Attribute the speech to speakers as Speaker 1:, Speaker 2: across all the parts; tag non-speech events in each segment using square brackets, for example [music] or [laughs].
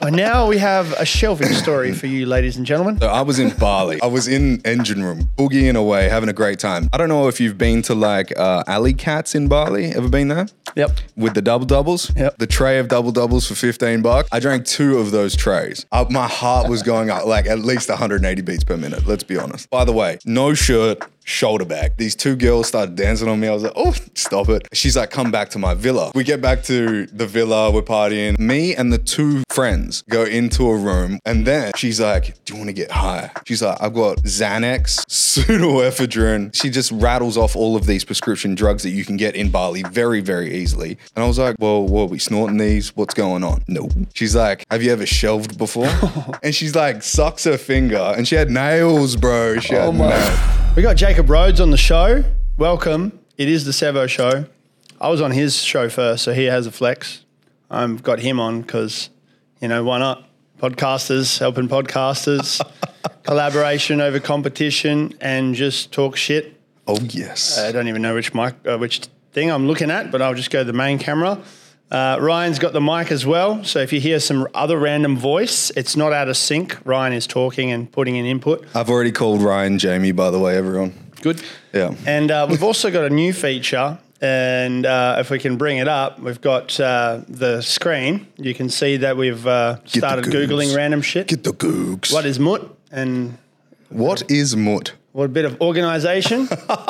Speaker 1: And now we have a shelving story for you, ladies and gentlemen.
Speaker 2: So I was in Bali. I was in engine room, boogieing away, having a great time. I don't know if you've been to like uh, Alley Cats in Bali. Ever been there?
Speaker 1: Yep.
Speaker 2: With the double doubles.
Speaker 1: Yep.
Speaker 2: The tray of double doubles for 15 bucks. I drank two of those trays. Uh, my heart was going up like at least 180 beats per minute. Let's be honest. By the way, no shirt. Shoulder back. These two girls started dancing on me. I was like, oh, stop it. She's like, come back to my villa. We get back to the villa, we're partying. Me and the two friends go into a room, and then she's like, do you want to get high? She's like, I've got Xanax, pseudoephedrine. She just rattles off all of these prescription drugs that you can get in Bali very, very easily. And I was like, well, what are we snorting these? What's going on? No. She's like, have you ever shelved before? and she's like, sucks her finger, and she had nails, bro. She had nails.
Speaker 1: We got Jacob Rhodes on the show. Welcome. It is the Savo show. I was on his show first, so he has a flex. I've got him on because, you know, why not? Podcasters helping podcasters, [laughs] collaboration over competition, and just talk shit.
Speaker 2: Oh, yes.
Speaker 1: I don't even know which mic, uh, which thing I'm looking at, but I'll just go to the main camera. Uh, Ryan's got the mic as well, so if you hear some other random voice, it's not out of sync. Ryan is talking and putting in input.
Speaker 2: I've already called Ryan Jamie, by the way, everyone.
Speaker 1: Good.
Speaker 2: Yeah.
Speaker 1: And uh, we've also got a new feature. And uh, if we can bring it up, we've got uh, the screen. You can see that we've uh, started
Speaker 2: goons.
Speaker 1: Googling random shit.
Speaker 2: Get the googs.
Speaker 1: what is Mut? And
Speaker 2: what is Mut?
Speaker 1: what a bit of
Speaker 2: [laughs]
Speaker 1: organization. so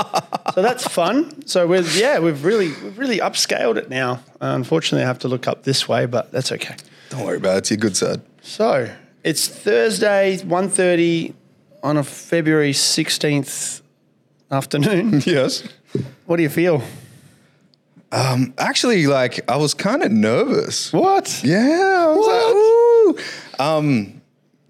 Speaker 1: that's fun. So we're, yeah, we've really, we've really upscaled it now. Uh, unfortunately, I have to look up this way, but that's okay.
Speaker 2: Don't worry about it. It's your good side. [laughs]
Speaker 1: So it's Thursday, 1.30 on a February 16th afternoon. [laughs]
Speaker 2: Yes.
Speaker 1: what do you feel?
Speaker 2: Actually, like, I was kind of nervous.
Speaker 1: What?
Speaker 2: Yeah. I was like, "Ooh." Um,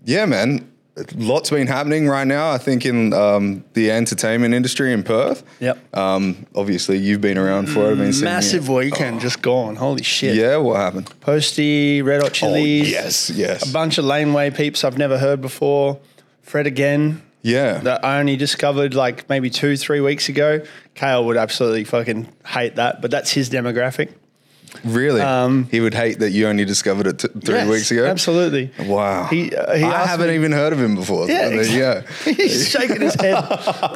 Speaker 2: yeah, man. Lots been happening right now, I think, in um, the entertainment industry in Perth.
Speaker 1: Yep.
Speaker 2: Um, obviously, you've been around for it. I've been sitting here-
Speaker 1: Massive weekend just gone. Holy shit.
Speaker 2: Oh. Yeah, what happened? Oh,
Speaker 1: Posty, Red Hot Chilies.
Speaker 2: yes, yes.
Speaker 1: A bunch of laneway peeps I've never heard before. Fred again,
Speaker 2: yeah.
Speaker 1: that I only discovered like maybe two, three weeks ago. Kale would absolutely fucking hate that, but that's his demographic.
Speaker 2: really? he would hate that you only discovered it t- three
Speaker 1: um, Yes,
Speaker 2: weeks ago.
Speaker 1: Absolutely.
Speaker 2: Wow.
Speaker 1: He- uh, he
Speaker 2: I
Speaker 1: asked
Speaker 2: haven't
Speaker 1: me-
Speaker 2: even heard of him before.
Speaker 1: Yeah,
Speaker 2: [laughs] And then,
Speaker 1: exactly. [laughs] He's shaking his head.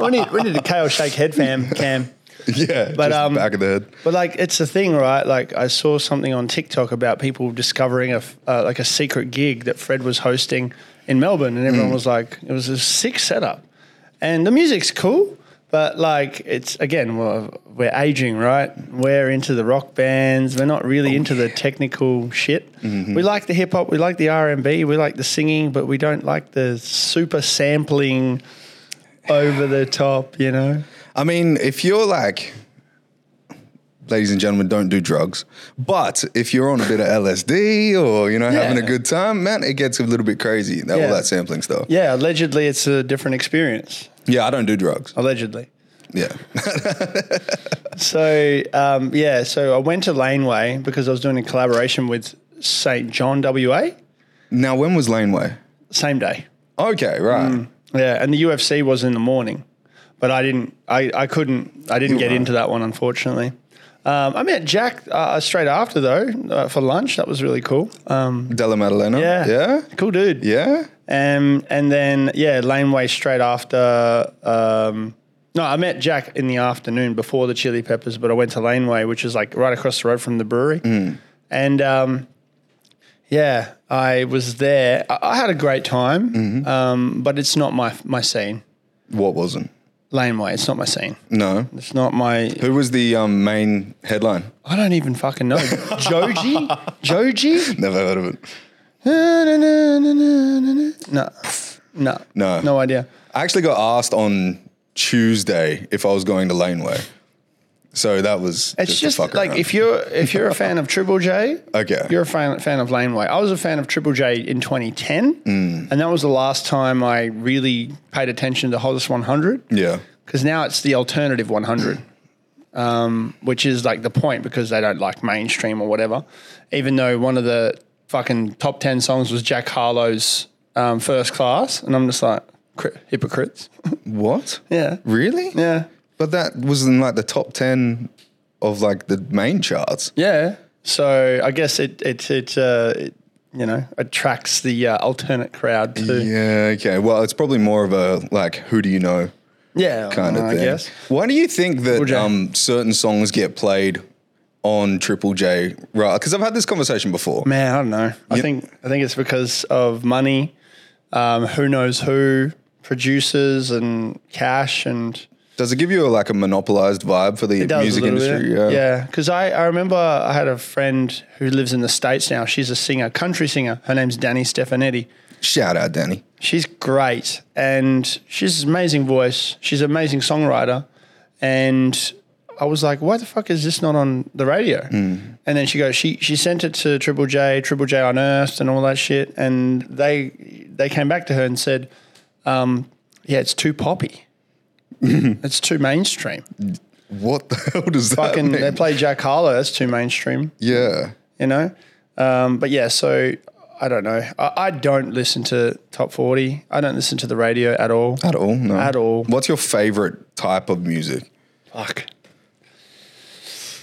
Speaker 1: we, need, we need a Kale shake head fam, Cam.
Speaker 2: yeah. [laughs] Yeah.
Speaker 1: But,
Speaker 2: just
Speaker 1: um,
Speaker 2: back of the head.
Speaker 1: But like, it's a thing, right? Like, I saw something on TikTok about people discovering a f- uh, like a secret gig that Fred was hosting in Melbourne, and everyone was like, it was a sick setup, and the music's cool. But like it's again, we're, we're aging, right? We're into the rock bands. We're not really into the technical shit. We like the hip hop, we like the R and B, we like the singing, but we don't like the super sampling, over the top. You know?
Speaker 2: I mean, if you're like, ladies and gentlemen, don't do drugs. But if you're on a bit of LSD or, you know, having a
Speaker 1: Yeah.
Speaker 2: good time, man, it gets a little bit crazy. That,
Speaker 1: Yeah.
Speaker 2: All that sampling stuff. Yeah.
Speaker 1: Yeah. Allegedly, it's a different experience.
Speaker 2: I don't do drugs.
Speaker 1: allegedly.
Speaker 2: Yeah. [laughs]
Speaker 1: So um, yeah, so I went to Laneway because I was doing a collaboration with St John WA
Speaker 2: now, when was Laneway?
Speaker 1: same day.
Speaker 2: Okay, right.
Speaker 1: Mm. Yeah, and the UFC was in the morning, but I didn't. I, I couldn't. I didn't
Speaker 2: You
Speaker 1: get
Speaker 2: were.
Speaker 1: into that one unfortunately. Um, I met Jack uh, straight after though uh, for lunch. That was really cool. Um,
Speaker 2: Della Maddalena?
Speaker 1: yeah,
Speaker 2: Yeah?
Speaker 1: cool dude.
Speaker 2: Yeah?
Speaker 1: Um, and then yeah, laneway straight after. Um, no, I met Jack in the afternoon before the Chili Peppers, but I went to Laneway, which is like right across the road from the brewery. And um, yeah, I was there. I, I had a great time, um, but it's not my my scene.
Speaker 2: What wasn't?
Speaker 1: Laneway, it's not my scene.
Speaker 2: No.
Speaker 1: It's not my.
Speaker 2: Who was the um, main headline?
Speaker 1: I don't even fucking know. Joji,
Speaker 2: [laughs]
Speaker 1: Joji.
Speaker 2: Never heard of it.
Speaker 1: No, no,
Speaker 2: No.
Speaker 1: no idea.
Speaker 2: I actually got asked on Tuesday if I was going to Laneway. So that was
Speaker 1: It's just,
Speaker 2: a fuck
Speaker 1: like
Speaker 2: around.
Speaker 1: if you're if you're a fan of Triple J,
Speaker 2: [laughs] Okay.
Speaker 1: you're a fan, fan of Laneway. I was a fan of Triple J in 2010,
Speaker 2: Mm.
Speaker 1: and that was the last time I really paid attention to Hottest 100
Speaker 2: yeah.
Speaker 1: because now it's the alternative
Speaker 2: [clears throat]
Speaker 1: 100, um, which is like the point because they don't like mainstream or whatever. Even though one of the fucking top 10 songs was Jack Harlow's um, First Class, and I'm just like "Cri-
Speaker 2: [laughs]
Speaker 1: hypocrites.
Speaker 2: What?
Speaker 1: yeah,
Speaker 2: Really?
Speaker 1: yeah,
Speaker 2: But that was in like the top 10 of like the main charts.
Speaker 1: yeah. So I guess it it it. Uh, it you know attracts the uh, alternate crowd too. Yeah,
Speaker 2: Yeah, okay. Well, it's probably more of a like, who do you know kind of
Speaker 1: I
Speaker 2: thing.
Speaker 1: guess.
Speaker 2: Why do you think that
Speaker 1: Uh, J.
Speaker 2: um, certain songs get played on Triple J? Right? Because I've had this conversation before.
Speaker 1: Man, I don't know. I think I think it's because of money, um, who knows who, producers and cash and
Speaker 2: Does it give you a, like a monopolized vibe for the
Speaker 1: Does a
Speaker 2: music
Speaker 1: little
Speaker 2: industry?
Speaker 1: bit. yeah. Because I, I remember I had a friend who lives in the states now. She's a singer, country singer. Her name's Danny Stefanetti.
Speaker 2: Shout out, Danny.
Speaker 1: She's great and she's an amazing voice. She's an amazing songwriter. And I was like, why the fuck is this not on the radio? And then she goes, she she sent it to Triple J, Triple J Unearthed and all that shit. And they they came back to her and said, um, yeah, it's too poppy. it's too mainstream.
Speaker 2: What the [laughs] hell does that
Speaker 1: Fucking
Speaker 2: mean?
Speaker 1: they play Jack Harlow, that's too mainstream
Speaker 2: yeah.
Speaker 1: you know. Um, but yeah, so I don't know. I, I don't listen to top forty. I don't listen to the radio at all.
Speaker 2: At all? No.
Speaker 1: At all.
Speaker 2: What's your favorite type of music?
Speaker 1: Fuck.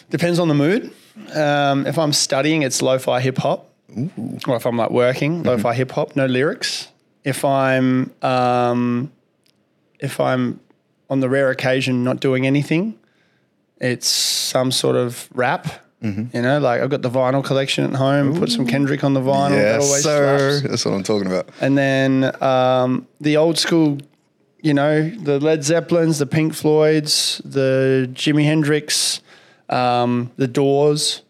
Speaker 1: Depends on the mood. Um, if I'm studying, it's lo-fi hip hop. Or if I'm like working, lo-fi hip hop, no lyrics. If I'm um, if I'm on the rare occasion not doing anything, it's some sort of rap. You know, like I've got the vinyl collection at home. Put some Kendrick on the vinyl. that always slaps.
Speaker 2: That's what I'm talking about.
Speaker 1: And then um, the old school, you know, the Led Zeppelins, the Pink Floyds, the Jimi Hendrix, um, the Doors,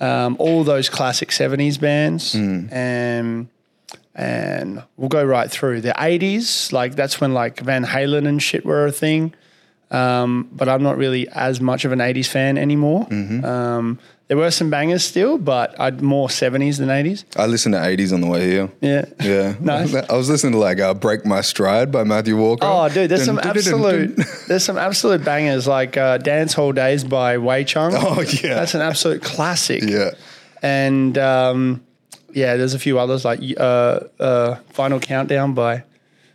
Speaker 1: um, all those classic 70s bands. And, and we'll go right through the 80s. Like that's when like Van Halen and shit were a thing. Um, but I'm not really as much of an 80s fan anymore. Um, there were some bangers still, but I'd more 70s than 80s.
Speaker 2: I listened to 80s on the way here.
Speaker 1: Yeah.
Speaker 2: Yeah.
Speaker 1: [laughs] Nice.
Speaker 2: I was listening to like uh, Break My Stride by Matthew Walker.
Speaker 1: Oh, dude, there's some
Speaker 2: Dun, dun, dun, dun,
Speaker 1: absolute
Speaker 2: dun. [laughs]
Speaker 1: [laughs] there's some absolute bangers like uh, Dance Hall Days by Wei Chung.
Speaker 2: Oh, yeah.
Speaker 1: that's an absolute classic.
Speaker 2: Yeah.
Speaker 1: and um, yeah, there's a few others like uh, uh, Final Countdown by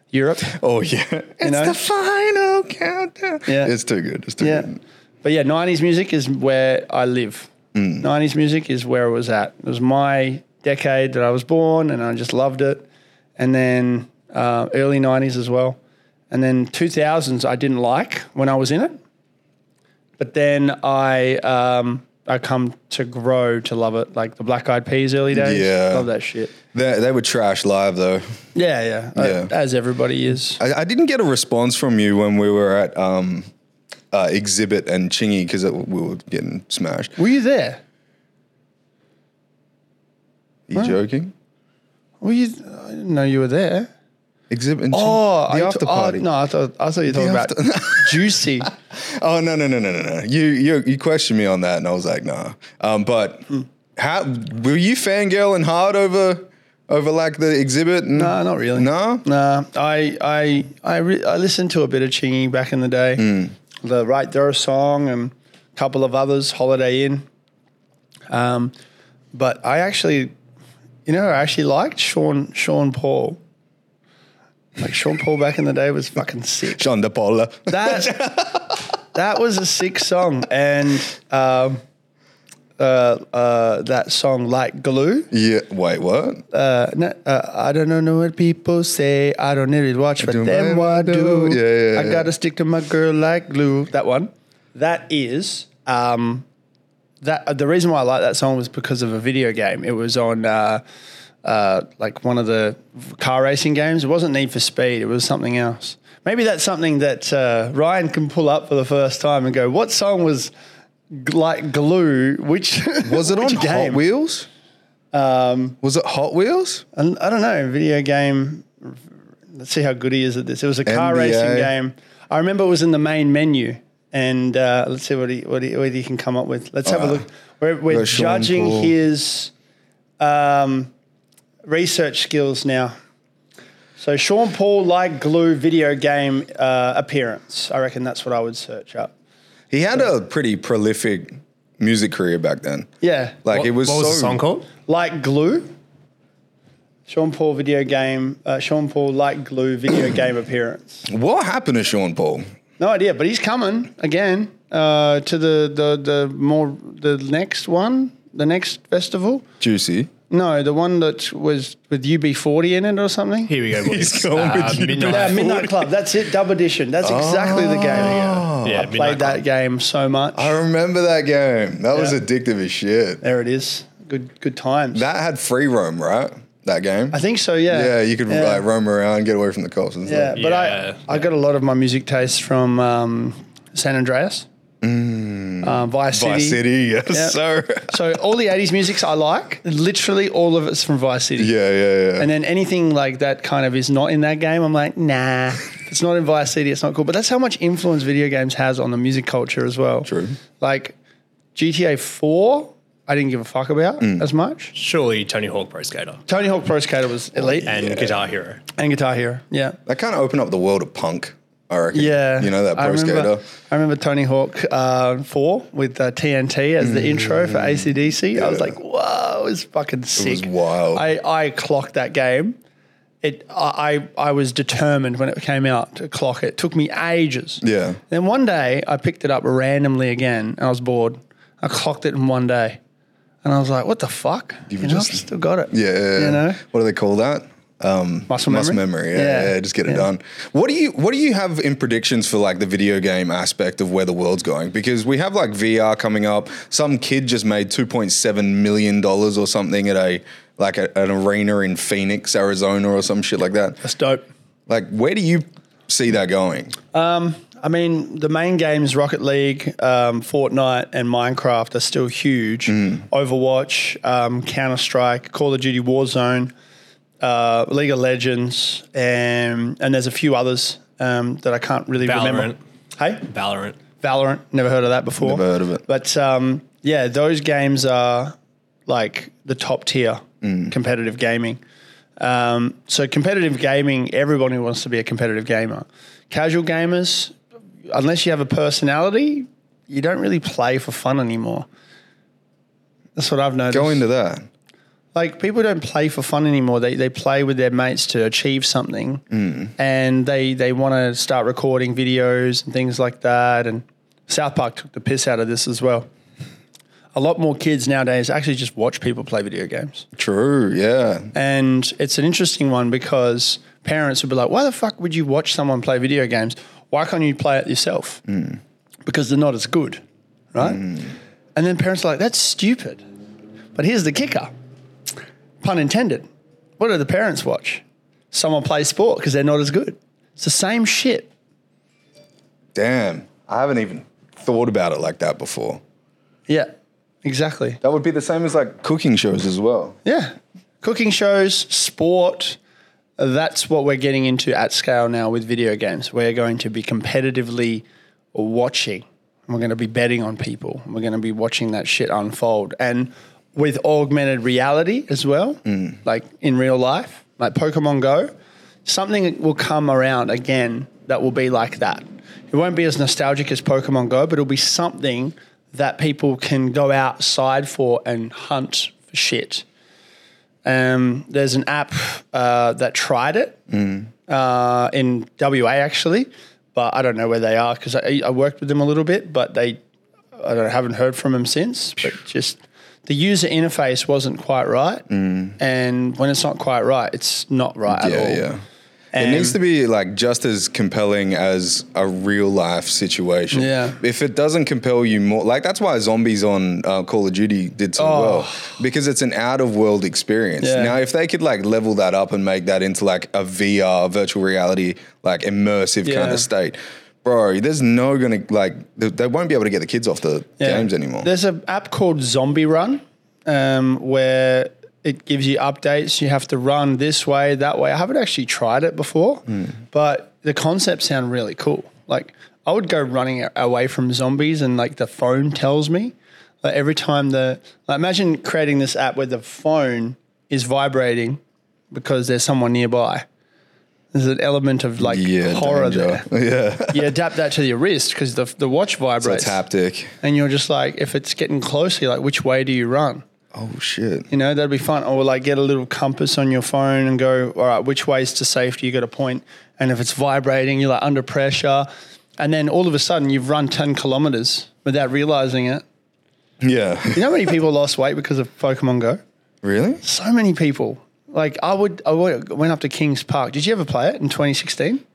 Speaker 1: Europe.
Speaker 2: Oh, yeah. It's
Speaker 1: know?
Speaker 2: the final countdown.
Speaker 1: Yeah.
Speaker 2: It's too good. It's too
Speaker 1: Yeah,
Speaker 2: good.
Speaker 1: but yeah, '90s music is where I live. '90s music is where it was at. It was my decade that I was born, and I just loved it. And then uh, early '90s as well, and then 2000s I didn't like when I was in it. but then I um, I come to grow to love it, like the Black Eyed Peas early days.
Speaker 2: Yeah.
Speaker 1: love that shit.
Speaker 2: They, they were trash live, though.
Speaker 1: Yeah, yeah, Uh,
Speaker 2: Yeah.
Speaker 1: as everybody is.
Speaker 2: I, I didn't get a response from you when we were at um, uh, Exhibit and Chingy because we were getting smashed. Are
Speaker 1: Were you there?
Speaker 2: you joking?
Speaker 1: Were you? I didn't know you were there.
Speaker 2: Exhibit and Chingy.
Speaker 1: Oh,
Speaker 2: the
Speaker 1: I
Speaker 2: after
Speaker 1: t- oh,
Speaker 2: party.
Speaker 1: no, I thought I thought you were talking about
Speaker 2: [laughs]
Speaker 1: juicy.
Speaker 2: Oh no no no no no no! You you you questioned me on that, and I was like, nah. Um, but
Speaker 3: Hmm.
Speaker 2: how were you fangirling hard over over like the exhibit? No,
Speaker 1: Nah, not really.
Speaker 2: No,
Speaker 1: Nah, I I I, re- I listened to a bit of Chingy back in the day.
Speaker 2: Hmm.
Speaker 1: The Right There song and a couple of others, Holiday Inn. Um, but I actually, you know, I actually liked Sean Sean Paul. Like Sean Paul back in the day was fucking sick.
Speaker 2: John DePaula.
Speaker 1: That that was a sick song, and um, uh, uh, that song like glue.
Speaker 2: [laughs] yeah. Wait, what?
Speaker 1: Uh, no, uh, I don't know what people say. I don't need to watch what
Speaker 2: do
Speaker 1: them
Speaker 2: what I
Speaker 1: what do.
Speaker 2: do. Yeah, yeah,
Speaker 1: I
Speaker 2: yeah.
Speaker 1: gotta stick to my girl like glue. That one. That is um, that. uh, the reason why I like that song was because of a video game. It was on uh, uh, like one of the car racing games. It wasn't Need for Speed. It was something else. Maybe that's something that uh, Ryan can pull up for the first time and go, "What song was g- like glue? Which
Speaker 2: Was it on
Speaker 1: [laughs] which
Speaker 2: Hot Wheels? Um, was it Hot Wheels?
Speaker 1: I, I don't know, video game. Let's see how good he is at this. It was a car
Speaker 2: NBA.
Speaker 1: racing game. I remember it was in the main menu. And uh, let's see what he, what, he, what he can come up with. Let's have a
Speaker 2: Uh,
Speaker 1: look. We're, we're
Speaker 2: got Sean
Speaker 1: judging
Speaker 2: Paul.
Speaker 1: his um, research skills now. So, Sean Paul like glue video game uh, appearance. I reckon that's what I would search up.
Speaker 2: He had a pretty prolific music career back then.
Speaker 1: Yeah.
Speaker 2: Like
Speaker 3: What,
Speaker 2: it was
Speaker 3: what was
Speaker 2: so
Speaker 3: the song called?
Speaker 1: Like glue. Sean Paul video game. Uh, Sean Paul like glue video game appearance.
Speaker 2: What happened to Sean Paul?
Speaker 1: No idea, but he's coming again uh, to the, the the more the next one, the next festival.
Speaker 2: Juicy.
Speaker 1: No, the one that was with UB40 in it or something.
Speaker 3: Here we go. Boys.
Speaker 2: He's going with you,
Speaker 1: Uh,
Speaker 3: midnight.
Speaker 1: Midnight Club. That's it. Dub edition. That's exactly the game.
Speaker 3: Yeah,
Speaker 1: I
Speaker 3: Oh. Midnight
Speaker 1: played that game so much.
Speaker 2: I remember that game. That was
Speaker 1: Yeah.
Speaker 2: addictive as shit.
Speaker 1: There it is. Good good times.
Speaker 2: That had free roam, right? That game.
Speaker 1: I think so. Yeah.
Speaker 2: yeah, you could
Speaker 1: Yeah.
Speaker 2: like roam around, get away from the cops and
Speaker 1: Yeah,
Speaker 2: stuff.
Speaker 1: but
Speaker 3: Yeah.
Speaker 1: I I got a lot of my music taste from um, San Andreas, uh, Vice City.
Speaker 2: Mm. Vice City, [laughs] yes,
Speaker 1: Yeah.
Speaker 2: sir.
Speaker 1: So all the '80s musics I like, literally all of it's from Vice City.
Speaker 2: Yeah, yeah, yeah.
Speaker 1: And then anything like that kind of is not in that game. I'm like, nah, if it's not in Vice City. It's not cool. But that's how much influence video games has on the music culture as well.
Speaker 2: True.
Speaker 1: Like GTA 4, I didn't give a fuck about
Speaker 2: Mm.
Speaker 1: as much.
Speaker 3: Surely Tony Hawk Pro Skater
Speaker 1: Tony Hawk Pro Skater was elite
Speaker 3: and Guitar Hero.
Speaker 1: and Guitar Hero. Yeah.
Speaker 2: that kind of opened up the world of punk. I reckon.
Speaker 1: Yeah,
Speaker 2: you know that
Speaker 1: I
Speaker 2: pro
Speaker 1: remember,
Speaker 2: skater.
Speaker 1: I remember Tony Hawk uh, Four with uh, TNT as the intro for ACDC. I was
Speaker 2: Mm. Yeah.
Speaker 1: like, "Whoa, it's fucking sick!"
Speaker 2: wild.
Speaker 1: I, I clocked that game. It I I I was determined when it came out to clock it. it took me ages.
Speaker 2: Yeah.
Speaker 1: Then one day I picked it up randomly again, and I was bored. I clocked it in one day, and I was like, "What the fuck?" You,
Speaker 2: were
Speaker 1: know,
Speaker 2: just-
Speaker 1: I've still got it.
Speaker 2: Yeah, yeah, yeah.
Speaker 1: you know.
Speaker 2: What do they call that? Um,
Speaker 1: Muscle memory?
Speaker 2: muscle memory. Yeah, yeah,
Speaker 1: Yeah.
Speaker 2: just get it
Speaker 1: Yeah.
Speaker 2: done. What do you What do you have in predictions for like the video game aspect of where the world's going? Because we have like VR coming up. Some kid just made two point seven million dollars or something at a like a, an arena in Phoenix, Arizona, or some shit like that.
Speaker 1: That's dope.
Speaker 2: Like, where do you see that going?
Speaker 1: I mean, the main games, Rocket League, um, Fortnite, and Minecraft, are still huge. Overwatch, um, Counter Strike, Call of Duty Warzone, uh, League of Legends, and, and there's a few others um, that I can't really remember. Hey?
Speaker 3: Valorant.
Speaker 1: Valorant. Never heard of that before.
Speaker 2: Never heard of it.
Speaker 1: But um, yeah, those games are like the top tier
Speaker 2: Mm.
Speaker 1: competitive gaming. Um, so competitive gaming, everybody wants to be a competitive gamer. Casual gamers, unless you have a personality, you don't really play for fun anymore. That's what I've noticed.
Speaker 2: Go into that.
Speaker 1: like people don't play for fun anymore. They they play with their mates to achieve something, and they they want to start recording videos and things like that. And South Park took the piss out of this as well. A lot more kids nowadays actually just watch people play video games.
Speaker 2: True. Yeah.
Speaker 1: And it's an interesting one because parents would be like, why the fuck would you watch someone play video games? Why can't you play it yourself? Because they're not as good, right? And then parents are like, that's stupid. But here's the kicker pun intended. What do the parents watch? Someone play sport because they're not as good. It's the same shit.
Speaker 2: Damn. I haven't even thought about it like that before.
Speaker 1: Yeah, exactly.
Speaker 2: That would be the same as like cooking shows as well.
Speaker 1: Yeah. Cooking shows, sport. That's what we're getting into at scale now with video games. We're going to be competitively watching. We're going to be betting on people. We're going to be watching that shit unfold. And with augmented reality as well, like in real life, like Pokemon Go, something will come around again that will be like that. It won't be as nostalgic as Pokemon Go, but it'll be something that people can go outside for and hunt for shit. Um, there's an app uh, that tried it
Speaker 2: Hmm.
Speaker 1: uh, in WA actually, but I don't know where they are because I, I worked with them a little bit, but they I don't, haven't heard from them since. But just the user interface wasn't quite right, and when it's not quite right, it's not right at
Speaker 2: Hmm. Yeah,
Speaker 1: all.
Speaker 2: yeah.
Speaker 1: And
Speaker 2: it needs to be like just as compelling as a real life situation.
Speaker 1: Yeah.
Speaker 2: If it doesn't compel you more, like that's why zombies on uh, Call of Duty did so well because it's an out of world experience.
Speaker 1: Oh. Yeah.
Speaker 2: Now, if they could like level that up and make that into like a VR, virtual reality, like immersive kind
Speaker 1: Yeah.
Speaker 2: of state, bro, there's no gonna like they, they won't be able to get the kids off the
Speaker 1: Yeah.
Speaker 2: games anymore.
Speaker 1: There's an app called Zombie Run um, where it gives you updates. You have to run this way, that way. I haven't actually tried it before,
Speaker 2: Hmm.
Speaker 1: but the concepts sound really cool. Like I would go running a- away from zombies, and like the phone tells me. Like every time the like, imagine creating this app where the phone is vibrating because there's someone nearby. There's an element of like
Speaker 2: yeah,
Speaker 1: horror
Speaker 2: danger. [laughs] Yeah,
Speaker 1: there. You adapt that to your wrist because the the watch vibrates
Speaker 2: it's haptic.
Speaker 1: and you're just like, if it's getting closer, you're like, which way do you run?
Speaker 2: Oh shit.
Speaker 1: You know, that'd be fun. Or like get a little compass on your phone and go, all right, which way's to safety? You got a point. And if it's vibrating, you're like under pressure. And then all of a sudden, you've run 10 kilometers without realizing it.
Speaker 2: Yeah.
Speaker 1: [laughs] You know how many people lost weight because of Pokemon Go?
Speaker 2: [laughs] Really?
Speaker 1: So many people. Like I would, I would, went up to Kings Park. Did you ever play it in 2016,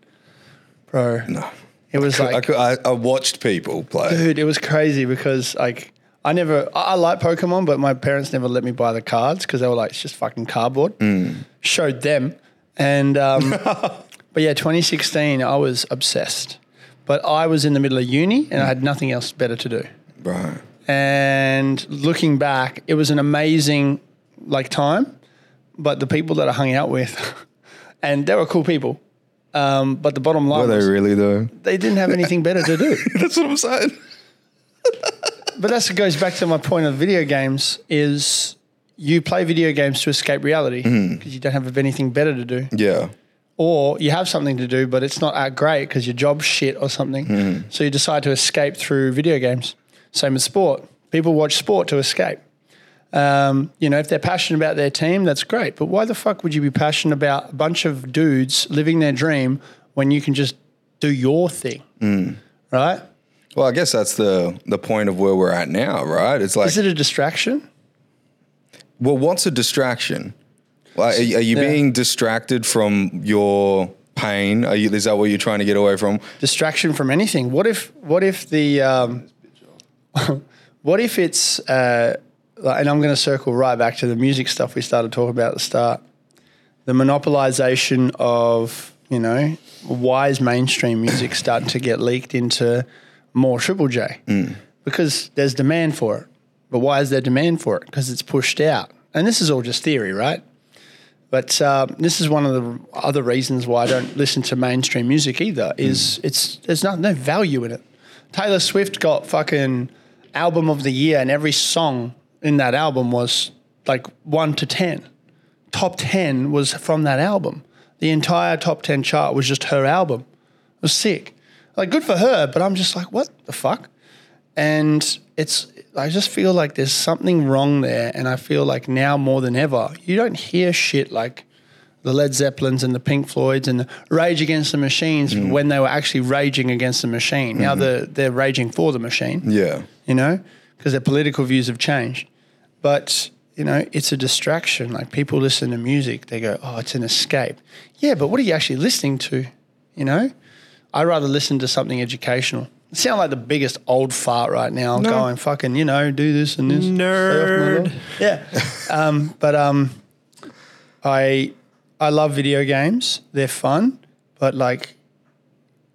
Speaker 1: bro?
Speaker 2: No.
Speaker 1: It was
Speaker 2: I,
Speaker 1: like
Speaker 2: could, I, I watched people play.
Speaker 1: Dude, it was crazy because like I never I, I like Pokemon, but my parents never let me buy the cards because they were like, it's just fucking cardboard.
Speaker 2: Mm.
Speaker 1: Showed them, and
Speaker 2: [laughs]
Speaker 1: um, but yeah, 2016, I was obsessed. But I was in the middle of uni and I had nothing else better to do.
Speaker 2: Right.
Speaker 1: And looking back, it was an amazing like time. But the people that I hung out with, [laughs] and they were cool people. Um, but the bottom line,
Speaker 2: Were they
Speaker 1: was
Speaker 2: really though?
Speaker 1: they didn't have anything better to do.
Speaker 2: [laughs] That's what I'm saying.
Speaker 1: But that's goes back to my point of video games is you play video games to escape reality because you don't have anything better to do,
Speaker 2: Yeah.
Speaker 1: or you have something to do but it's not that great because your job's shit or something. So you decide to escape through video games. Same with sport. People watch sport to escape. Um, you know, if they're passionate about their team, that's great. But why the fuck would you be passionate about a bunch of dudes living their dream when you can just do your thing, right?
Speaker 2: Well, I guess that's the the point of where we're at now, right? It's like,
Speaker 1: Is it a distraction?
Speaker 2: well, what's a distraction? Like, are, you- are you being distracted from your pain? Are you? Is that what you're trying to get away from?
Speaker 1: distraction from anything. What if what if the um, [laughs] what if it's uh, like- and I'm going to circle right back to the music stuff we started talking about at the start, the monopolization of you know why is mainstream music starting to get leaked into more Triple J because there's demand for it. But why is there demand for it? Because it's pushed out, and this is all just theory, right? But um, this is one of the other reasons why I don't listen to mainstream music either. Is it's there's not no value in it. Taylor Swift got fucking album of the year, and every song in that album was like one to ten. Top ten was from that album. The entire top ten chart was just her album. It was sick. Like good for her, but I'm just like, what the fuck? and it's I just feel like there's something wrong there, and I feel like now more than ever, you don't hear shit like the Led Zeppelins and the Pink Floyds and the Rage Against the Machines when they were actually raging against the machine. Now they're they're raging for the machine
Speaker 2: Yeah.
Speaker 1: you know, because their political views have changed. But, you know, it's a distraction. Like people listen to music, they go, oh, it's an escape. Yeah, but what are you actually listening to? You know, I'd rather listen to something educational. I sound like the biggest old fart right now, going fucking, you know, do this and this. Stay off my
Speaker 3: Nerd.
Speaker 1: lawn. Yeah. um, but um, I, I love video games. They're fun, but like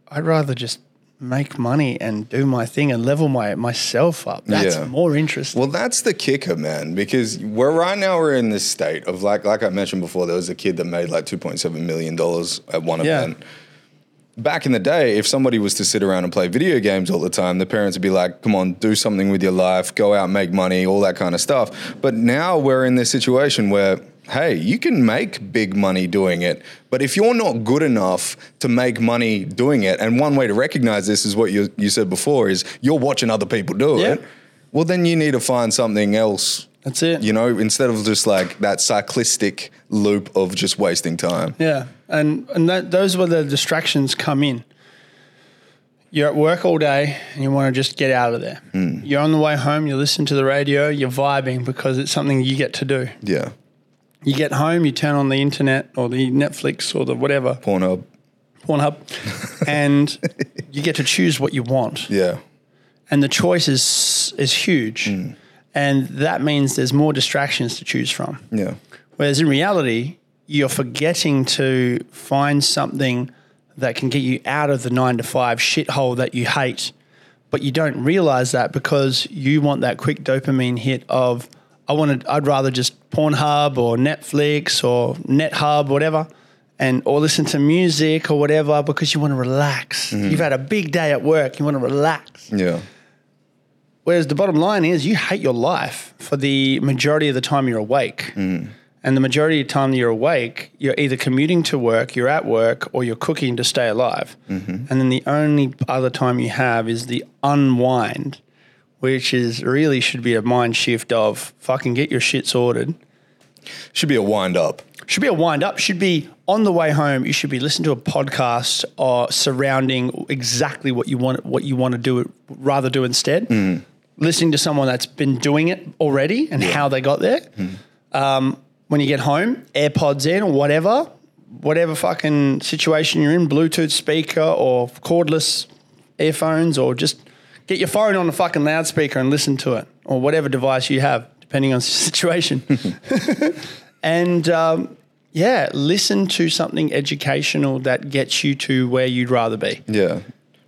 Speaker 1: I'd rather just make money and do my thing and level my myself up. That's
Speaker 2: Yeah.
Speaker 1: more interesting.
Speaker 2: Well, that's the kicker, man, because we're right now we're in this state of like like I mentioned before, there was a kid that made like two point seven million dollars at one
Speaker 1: Yeah.
Speaker 2: event. Back in the day, if somebody was to sit around and play video games all the time, the parents would be like, "Come on, do something with your life, go out, make money, all that kind of stuff." But now we're in this situation where, hey, you can make big money doing it, but if you're not good enough to make money doing it, and one way to recognize this is what you you said before is you're watching other people do
Speaker 1: Yeah.
Speaker 2: it. Well, then you need to find something else.
Speaker 1: That's it.
Speaker 2: You know, instead of just like that cyclistic loop of just wasting time.
Speaker 1: yeah, and and that, those were the distractions come in. You're at work all day and you want to just get out of there.
Speaker 2: Hmm.
Speaker 1: You're on the way home. You listen to the radio. You're vibing because it's something you get to do.
Speaker 2: Yeah.
Speaker 1: You get home. You turn on the internet or the Netflix or the whatever
Speaker 2: Pornhub.
Speaker 1: Pornhub, and you get to choose what you want.
Speaker 2: Yeah.
Speaker 1: and the choice is is huge, and that means there's more distractions to choose from.
Speaker 2: Yeah.
Speaker 1: Whereas in reality, you're forgetting to find something that can get you out of the nine to five shithole that you hate, but you don't realize that because you want that quick dopamine hit of I wanted I'd rather just Pornhub or Netflix or NetHub whatever. And or listen to music or whatever because you want to relax. You've had a big day at work, you want to relax.
Speaker 2: Yeah.
Speaker 1: Whereas the bottom line is you hate your life for the majority of the time you're awake. And the majority of the time you're awake, you're either commuting to work, you're at work, or you're cooking to stay alive. And then the only other time you have is the unwind, which is really should be a mind shift of fucking get your shit sorted.
Speaker 2: Should be a wind up.
Speaker 1: Should be a wind up, should be on the way home, you should be listening to a podcast or surrounding exactly what you want what you want to do rather do instead listening to someone that's been doing it already and how they got there Um, when you get home, AirPods in or whatever, whatever fucking situation you're in, Bluetooth speaker or cordless earphones, or just get your phone on a fucking loudspeaker and listen to it, or whatever device you have, depending on [laughs] the situation. and um, yeah, listen to something educational that gets you to where you'd rather be.
Speaker 2: Yeah.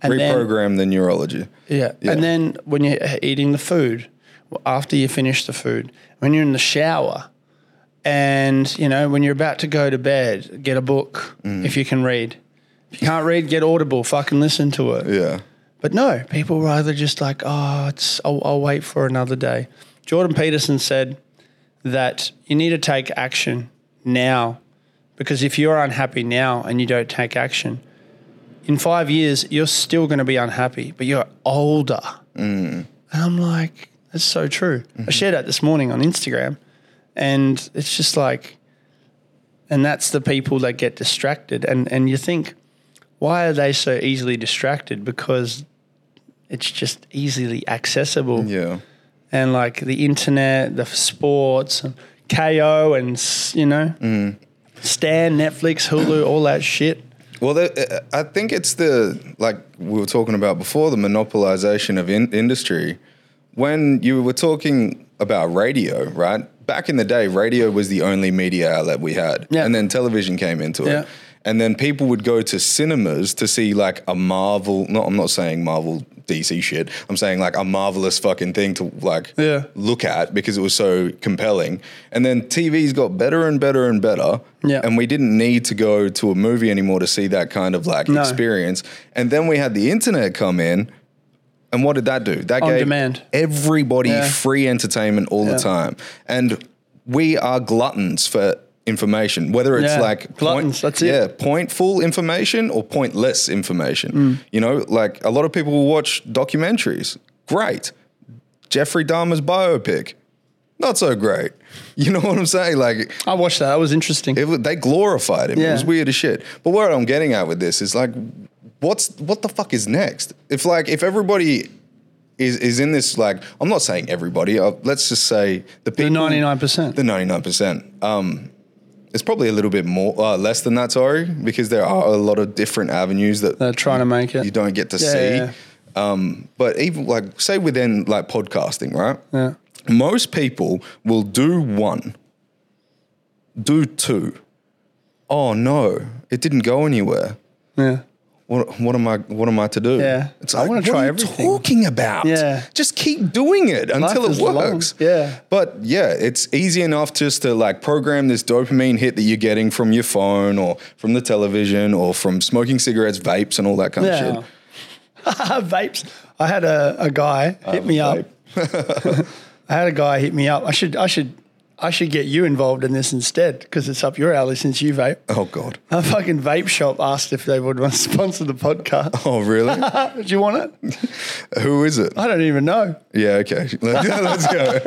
Speaker 1: And then-
Speaker 2: Reprogram the neurology.
Speaker 1: Yeah. And then when you're eating the food, after you finish the food, when you're in the shower, and you know when you're about to go to bed, get a book if you can read. If you can't read, get Audible. Fucking listen to it.
Speaker 2: Yeah.
Speaker 1: But no, people rather just like, oh, it's I'll, I'll wait for another day. Jordan Peterson said that you need to take action now because if you're unhappy now and you don't take action, in five years you're still going to be unhappy, but you're older. And I'm like, that's so true. I shared that this morning on Instagram, and it's just like, and that's the people that get distracted, and and you think why are they so easily distracted? Because it's just easily accessible.
Speaker 2: Yeah.
Speaker 1: And like the internet, the sports, and KO, and s- you know,
Speaker 2: Mm.
Speaker 1: Stan, Netflix, Hulu, all that shit.
Speaker 2: Well, the, uh, I think it's the like we were talking about before the monopolization of in- industry. When you were talking about radio, right? Back in the day, radio was the only media outlet we had,
Speaker 1: Yeah.
Speaker 2: and then television came into it.
Speaker 1: Yeah.
Speaker 2: And then people would go to cinemas to see like a Marvel. No, I'm not saying Marvel DC shit. I'm saying like a marvelous fucking thing to like
Speaker 1: Yeah.
Speaker 2: look at because it was so compelling. And then TV's got better and better and better.
Speaker 1: Yeah.
Speaker 2: And we didn't need to go to a movie anymore to see that kind of like
Speaker 1: No.
Speaker 2: experience. And then we had the internet come in. And what did that do? That
Speaker 1: On
Speaker 2: gave
Speaker 1: demand.
Speaker 2: everybody
Speaker 1: Yeah.
Speaker 2: free entertainment all
Speaker 1: Yeah.
Speaker 2: the time. And we are gluttons for information, whether it's
Speaker 1: Yeah.
Speaker 2: like
Speaker 1: Gluttons, that's it.
Speaker 2: Yeah, pointful information or pointless information.
Speaker 1: Mm.
Speaker 2: You know, like a lot of people will watch documentaries. Great. Jeffrey Dahmer's biopic. Not so great. [laughs] You know what I'm saying? Like
Speaker 1: I watched that. That was interesting.
Speaker 2: it, wa- they glorified him. It
Speaker 1: Yeah.
Speaker 2: was weird as shit. But where I'm getting at with this is like, what's what the fuck is next? If like if everybody is is in this like, I'm not saying everybody. Uh, let's just say the
Speaker 1: the
Speaker 2: people,
Speaker 1: 99%.
Speaker 2: the 99 percent. Um, it's probably a little bit more uh, less than that. Sorry, because there are a lot of different avenues that
Speaker 1: They're trying to make it.
Speaker 2: you don't get to
Speaker 1: Yeah,
Speaker 2: see.
Speaker 1: yeah,
Speaker 2: Um, but even like say within like podcasting, right?
Speaker 1: Yeah.
Speaker 2: Most people will do one, do two. Oh no, it didn't go anywhere.
Speaker 1: Yeah.
Speaker 2: What, what am I? What am I to do?
Speaker 1: Yeah.
Speaker 2: it's
Speaker 1: I
Speaker 2: like,
Speaker 1: wanna
Speaker 2: what
Speaker 1: try
Speaker 2: are you
Speaker 1: everything.
Speaker 2: talking about?
Speaker 1: Yeah.
Speaker 2: just keep doing it until
Speaker 1: is
Speaker 2: it
Speaker 1: long.
Speaker 2: works.
Speaker 1: Yeah.
Speaker 2: But yeah, it's easy enough just to like program this dopamine hit that you're getting from your phone or from the television or from smoking cigarettes, vapes, and all that kind of
Speaker 1: Yeah.
Speaker 2: shit.
Speaker 1: [laughs] Vapes. I had a, a guy hit me up.
Speaker 2: Uh, Vape.
Speaker 1: I had a guy hit me up. I should, I should, I should get you involved in this instead because it's up your alley since you vape.
Speaker 2: Oh god.
Speaker 1: A fucking vape shop asked if they would [laughs] want to sponsor the podcast. [laughs]
Speaker 2: Oh really?
Speaker 1: Do you want it?
Speaker 2: Who is it?
Speaker 1: I don't even know.
Speaker 2: Yeah. Okay. [laughs] Let's go.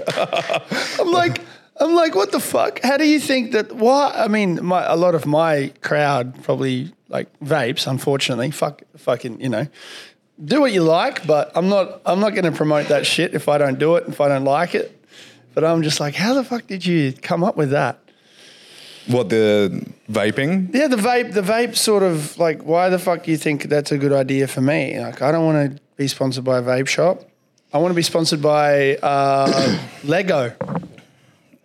Speaker 1: I'm like, I'm like, what the fuck? How do you think that? Why? I mean, my, a lot of my crowd probably like vapes. Unfortunately, fuck, fucking, you know, do what you like. But I'm not, I'm not going to promote that shit if I don't do it, if I don't like it. But I'm just like, how the fuck did you come up with that?
Speaker 2: What the vaping?
Speaker 1: Yeah, the vape, the vape sort of like, why the fuck do you think that's a good idea for me? Like, I don't want to be sponsored by a vape shop. I want to be sponsored by uh, [coughs] Lego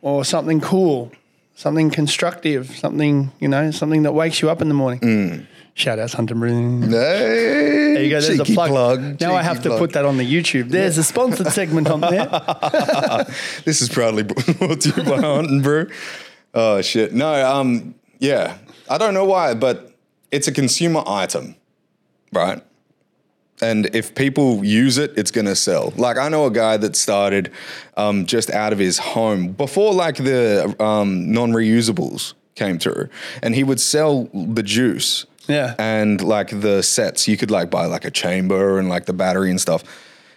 Speaker 1: or something cool, something constructive, something, you know, something that wakes you up in the morning.
Speaker 2: Mm.
Speaker 1: Shout out Hunter Marine.
Speaker 2: Hey,
Speaker 1: There you go. There's a
Speaker 2: cheeky
Speaker 1: plug. now I
Speaker 2: cheeky
Speaker 1: have to
Speaker 2: plug.
Speaker 1: put that on the YouTube. There's a sponsored segment on
Speaker 2: [laughs]
Speaker 1: there.
Speaker 2: This is [laughs] proudly brought to you by Hunting Brew. Oh shit. No, um, yeah. I don't know why, but it's a consumer item, right? And if people use it, it's gonna sell. Like I know a guy that started um, just out of his home before like the um, non-reusables came through, and he would sell the juice.
Speaker 1: Yeah.
Speaker 2: And like the sets, you could like buy like a chamber and like the battery and stuff.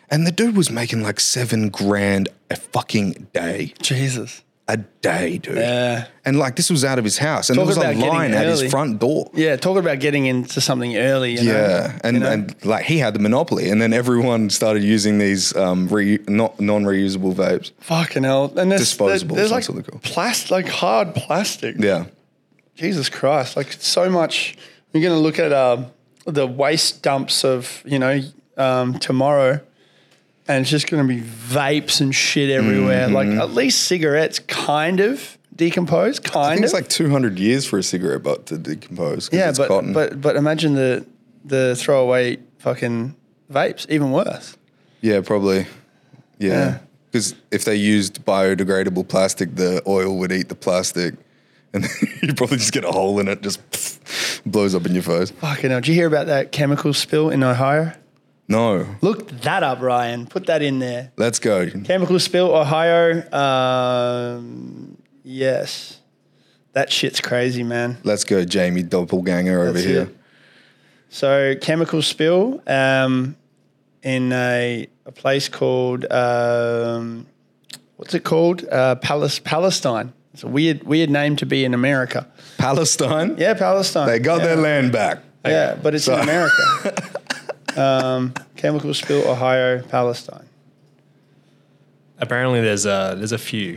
Speaker 2: And the dude was making like seven grand a fucking day.
Speaker 1: Jesus.
Speaker 2: a day, dude.
Speaker 1: Yeah.
Speaker 2: And like this was out of his house, and
Speaker 1: Talk
Speaker 2: there was
Speaker 1: about
Speaker 2: a line
Speaker 1: getting
Speaker 2: at his
Speaker 1: early.
Speaker 2: front door.
Speaker 1: Yeah, talking about getting into something early. You know,
Speaker 2: Yeah, and
Speaker 1: Um, you know?
Speaker 2: and like he had the monopoly, and then everyone started using these um re- not non reusable vapes.
Speaker 1: fucking hell, and there's,
Speaker 2: Disposable
Speaker 1: There's
Speaker 2: is
Speaker 1: like
Speaker 2: also cool.
Speaker 1: plastic, like hard plastic.
Speaker 2: Yeah,
Speaker 1: Jesus Christ, like so much. We're going to look at um the waste dumps of, you know, um, tomorrow, and it's just going to be vapes and shit everywhere.
Speaker 2: Mm-hmm.
Speaker 1: Like, at least cigarettes kind of decompose, kind
Speaker 2: I think
Speaker 1: of.
Speaker 2: it's like two hundred years for a cigarette butt to decompose. 'cause
Speaker 1: yeah,
Speaker 2: it's
Speaker 1: but,
Speaker 2: cotton.
Speaker 1: but but imagine the the throwaway fucking vapes, even worse.
Speaker 2: yeah, probably.
Speaker 1: Yeah.
Speaker 2: Yeah, because if they used biodegradable plastic, the oil would eat the plastic, and [laughs] you probably just get a hole in it, just [laughs] blows up in your face.
Speaker 1: Fucking hell. Did you hear about that chemical spill in Ohio?
Speaker 2: No,
Speaker 1: Look that up, Ryan. Put that in there.
Speaker 2: let's go.
Speaker 1: Chemical spill, Ohio. Um, yes, that shit's crazy, man.
Speaker 2: Let's go, Jamie Doppelganger over
Speaker 1: That's
Speaker 2: here.
Speaker 1: it. So chemical spill um, in a, a place called um, what's it called? Uh, Palace, Palestine. It's a weird weird name to be in America.
Speaker 2: Palestine.
Speaker 1: Yeah, Palestine.
Speaker 2: They got
Speaker 1: yeah.
Speaker 2: their land back.
Speaker 1: Yeah, but it's in America.
Speaker 2: [laughs]
Speaker 1: um, chemical spill, Ohio, Palestine.
Speaker 3: Apparently, there's a there's a few.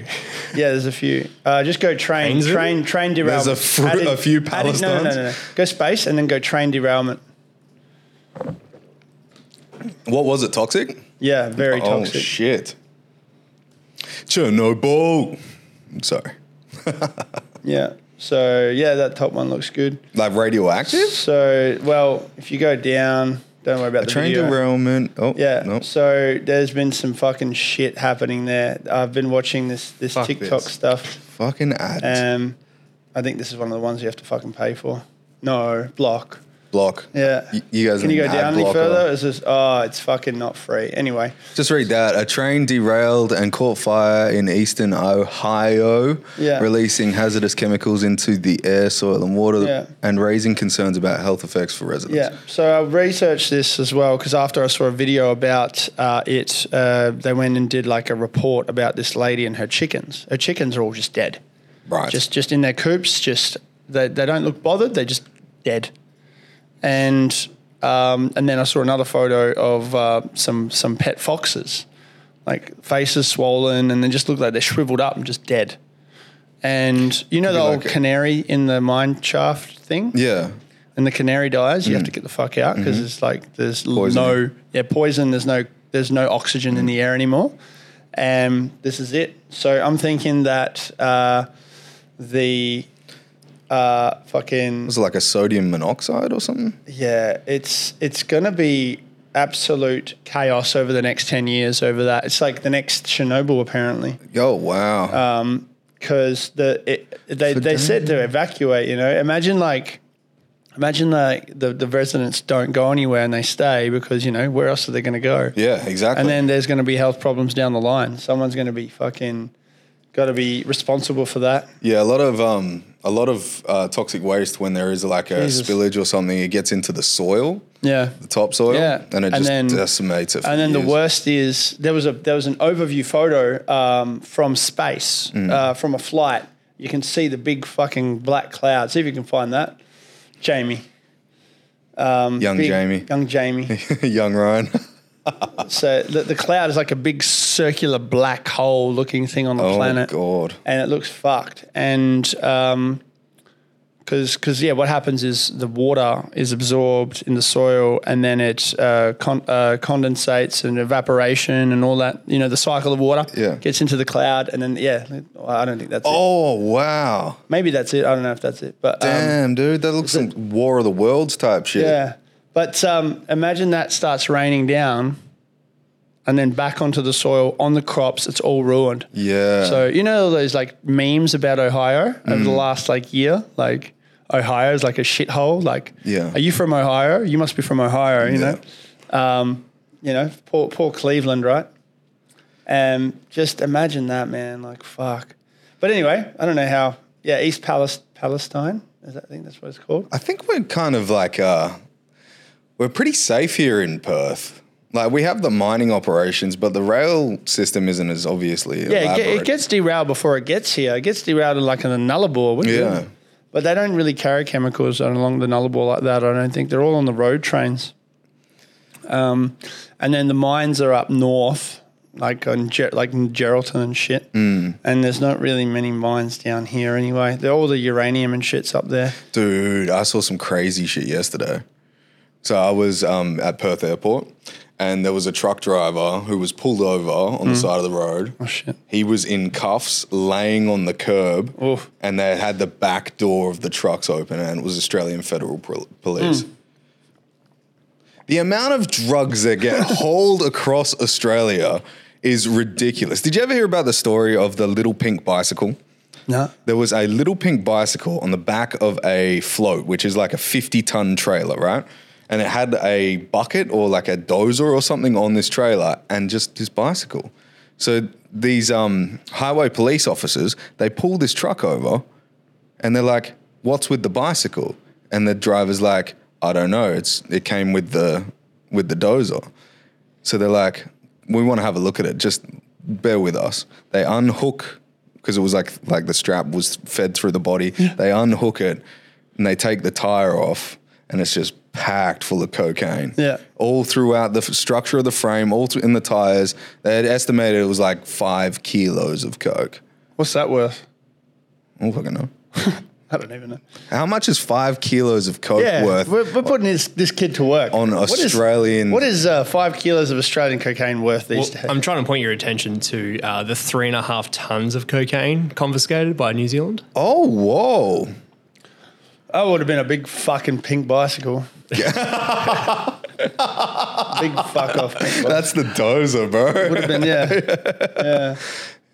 Speaker 1: Yeah, there's a few. Uh, just go train,
Speaker 3: Ainsville?
Speaker 1: train, train derailment.
Speaker 2: There's a fr- a few
Speaker 1: added- no, no, no, no. Go space and then go train derailment.
Speaker 2: What was it? Toxic.
Speaker 1: Yeah, very
Speaker 2: oh
Speaker 1: toxic.
Speaker 2: shit. Chernobyl. I'm sorry.
Speaker 1: yeah. So yeah, that top one looks good.
Speaker 2: Like radioactive.
Speaker 1: So well, if you go down, don't worry about the
Speaker 2: Train
Speaker 1: video.
Speaker 2: derailment. Oh
Speaker 1: Yeah.
Speaker 2: No.
Speaker 1: So there's been some fucking shit happening there. I've been watching this this
Speaker 3: Fuck
Speaker 1: TikTok
Speaker 3: this.
Speaker 1: stuff.
Speaker 2: Fucking ads.
Speaker 1: Um, I think this is one of the ones you have to fucking pay for. No block.
Speaker 2: block.
Speaker 1: Yeah.
Speaker 2: Y- you guys
Speaker 1: Can you
Speaker 2: need
Speaker 1: go
Speaker 2: an ad
Speaker 1: down any
Speaker 2: blocker.
Speaker 1: further? It's just oh, it's fucking not free. Anyway.
Speaker 2: Just read that. A train derailed and caught fire in eastern Ohio,
Speaker 1: Yeah.
Speaker 2: releasing hazardous chemicals into the air, soil, and water,
Speaker 1: Yeah.
Speaker 2: and raising concerns about health effects for residents.
Speaker 1: Yeah. So I researched this as well because after I saw a video about uh, it, uh, they went and did like a report about this lady and her chickens. Her chickens are all just dead,
Speaker 2: Right.
Speaker 1: just just in their coops. Just they they don't look bothered. They're just dead. And um, and then I saw another photo of uh, some some pet foxes, like faces swollen, and they just look like they're shriveled up and just dead. And you know the old
Speaker 2: like a-
Speaker 1: canary in the mine shaft thing
Speaker 2: yeah.
Speaker 1: and the canary dies, you have to get the fuck out because it's like there's l-
Speaker 2: Poison.
Speaker 1: no yeah poison. There's no there's no oxygen in the air anymore. Um, this is it. So I'm thinking that uh, the uh, fucking
Speaker 2: Was it like a sodium monoxide or something?
Speaker 1: yeah, it's it's gonna be absolute chaos over the next ten years over that. It's like the next Chernobyl apparently
Speaker 2: Oh wow.
Speaker 1: Uh, because the it, they they
Speaker 2: damn.
Speaker 1: said to evacuate. You know, imagine like imagine like the the residents don't go anywhere and they stay because you know where else are they going to go?
Speaker 2: yeah, exactly.
Speaker 1: And then there's going to be health problems down the line. Someone's going to be fucking got to be responsible for that.
Speaker 2: Yeah, a lot of um, a lot of uh, toxic waste when there is like a
Speaker 1: Jesus.
Speaker 2: spillage or something, it gets into the soil,
Speaker 1: Yeah.
Speaker 2: the topsoil,
Speaker 1: Yeah.
Speaker 2: and it
Speaker 1: And
Speaker 2: just
Speaker 1: then-
Speaker 2: decimates it. for
Speaker 1: And then the
Speaker 2: years.
Speaker 1: worst is there was a there was an overview photo um, from space
Speaker 2: Mm.
Speaker 1: uh, from a flight. You can see the big fucking black clouds. See if you can find that, Jamie.
Speaker 2: young
Speaker 1: Big-
Speaker 2: Jamie,
Speaker 1: Young
Speaker 2: [laughs]
Speaker 1: Jamie.
Speaker 2: young Ryan.
Speaker 1: So the, the cloud is like a big circular black hole looking thing on the
Speaker 2: Oh
Speaker 1: planet,
Speaker 2: god,
Speaker 1: and it looks fucked. And because because yeah, what happens is the water is absorbed in the soil, and then it uh, con- uh, condensates and evaporation and all that. You know, the cycle of water
Speaker 2: Yeah.
Speaker 1: gets into the cloud, and then yeah, I don't think that's it.
Speaker 2: oh wow,
Speaker 1: Maybe that's it. I don't know if that's it, but um,
Speaker 2: damn dude, that looks some War of the Worlds type shit.
Speaker 1: Yeah. But um, imagine that starts raining down and then back onto the soil, on the crops, it's all ruined.
Speaker 2: yeah. Mm.
Speaker 1: So, you know, all those like memes about Ohio over the last like year? Like, Ohio is like a shithole. Like,
Speaker 2: Yeah.
Speaker 1: are you from Ohio? You must be from Ohio, you
Speaker 2: Yeah.
Speaker 1: know? Um, you know, poor, poor Cleveland, right? Um, just imagine that, man. Like, fuck. But anyway, I don't know how. Yeah, East Palis- Palestine. Is that, I think that's what it's called.
Speaker 2: I think we're kind of like uh, we're pretty safe here in Perth. Like we have the mining operations, but the rail system isn't as obviously
Speaker 1: Yeah, it,
Speaker 2: elaborate.
Speaker 1: ge- it gets derailed before it gets here. It gets derailed like in the Nullarbor, wouldn't
Speaker 2: Yeah.
Speaker 1: it? But they don't really carry chemicals on- along the Nullarbor like that. I don't think they're all on the road trains. Um, and then the mines are up north, like on Ger- like in Geraldton and shit.
Speaker 2: Hmm.
Speaker 1: Mm. And there's not really many mines down here anyway. They're all the uranium and shits up there.
Speaker 2: Dude, I saw some crazy shit yesterday. So I was um, at Perth Airport, and there was a truck driver who was pulled over on the side of the road. Oh
Speaker 1: shit.
Speaker 2: He was in cuffs, laying on the curb,
Speaker 1: Oof.
Speaker 2: and they had the back door of the trucks open, and it was Australian Federal Pol- Police. The amount of drugs that get hauled across Australia is ridiculous. Did you ever hear about the story of the little pink bicycle?
Speaker 1: No,
Speaker 2: there was a little pink bicycle on the back of a float, which is like a 50 ton trailer, right? And it had a bucket or like a dozer or something on this trailer and just this bicycle. So these um, highway police officers, they pull this truck over and they're like, what's with the bicycle? And the driver's like, I don't know. It's it came with the with the dozer. So they're like, we want to have a look at it. Just bear with us. They unhook because it was like like the strap was fed through the body. They unhook it and they take the tire off, and it's just packed full of cocaine.
Speaker 1: Yeah.
Speaker 2: all throughout the f- structure of the frame, all through in the tires. They had estimated it was like five kilos of coke.
Speaker 1: what's that worth?
Speaker 2: Oh, fucking know.
Speaker 1: I don't even know.
Speaker 2: How much is five kilos of coke
Speaker 1: Yeah,
Speaker 2: worth?
Speaker 1: we're, we're putting this, this kid to work
Speaker 2: On
Speaker 1: What is-
Speaker 2: Australian-
Speaker 1: What is, uh, five kilos of Australian cocaine worth these
Speaker 2: [laughs]
Speaker 3: Well,
Speaker 1: days?
Speaker 3: I'm trying to point your attention to uh, the three and a half tons of cocaine confiscated by New Zealand.
Speaker 2: Oh, whoa.
Speaker 1: I would have been a big fucking pink
Speaker 2: [laughs]
Speaker 1: bicycle. big fuck off pink bicycle.
Speaker 2: That's the dozer, bro.
Speaker 1: Been, yeah. yeah.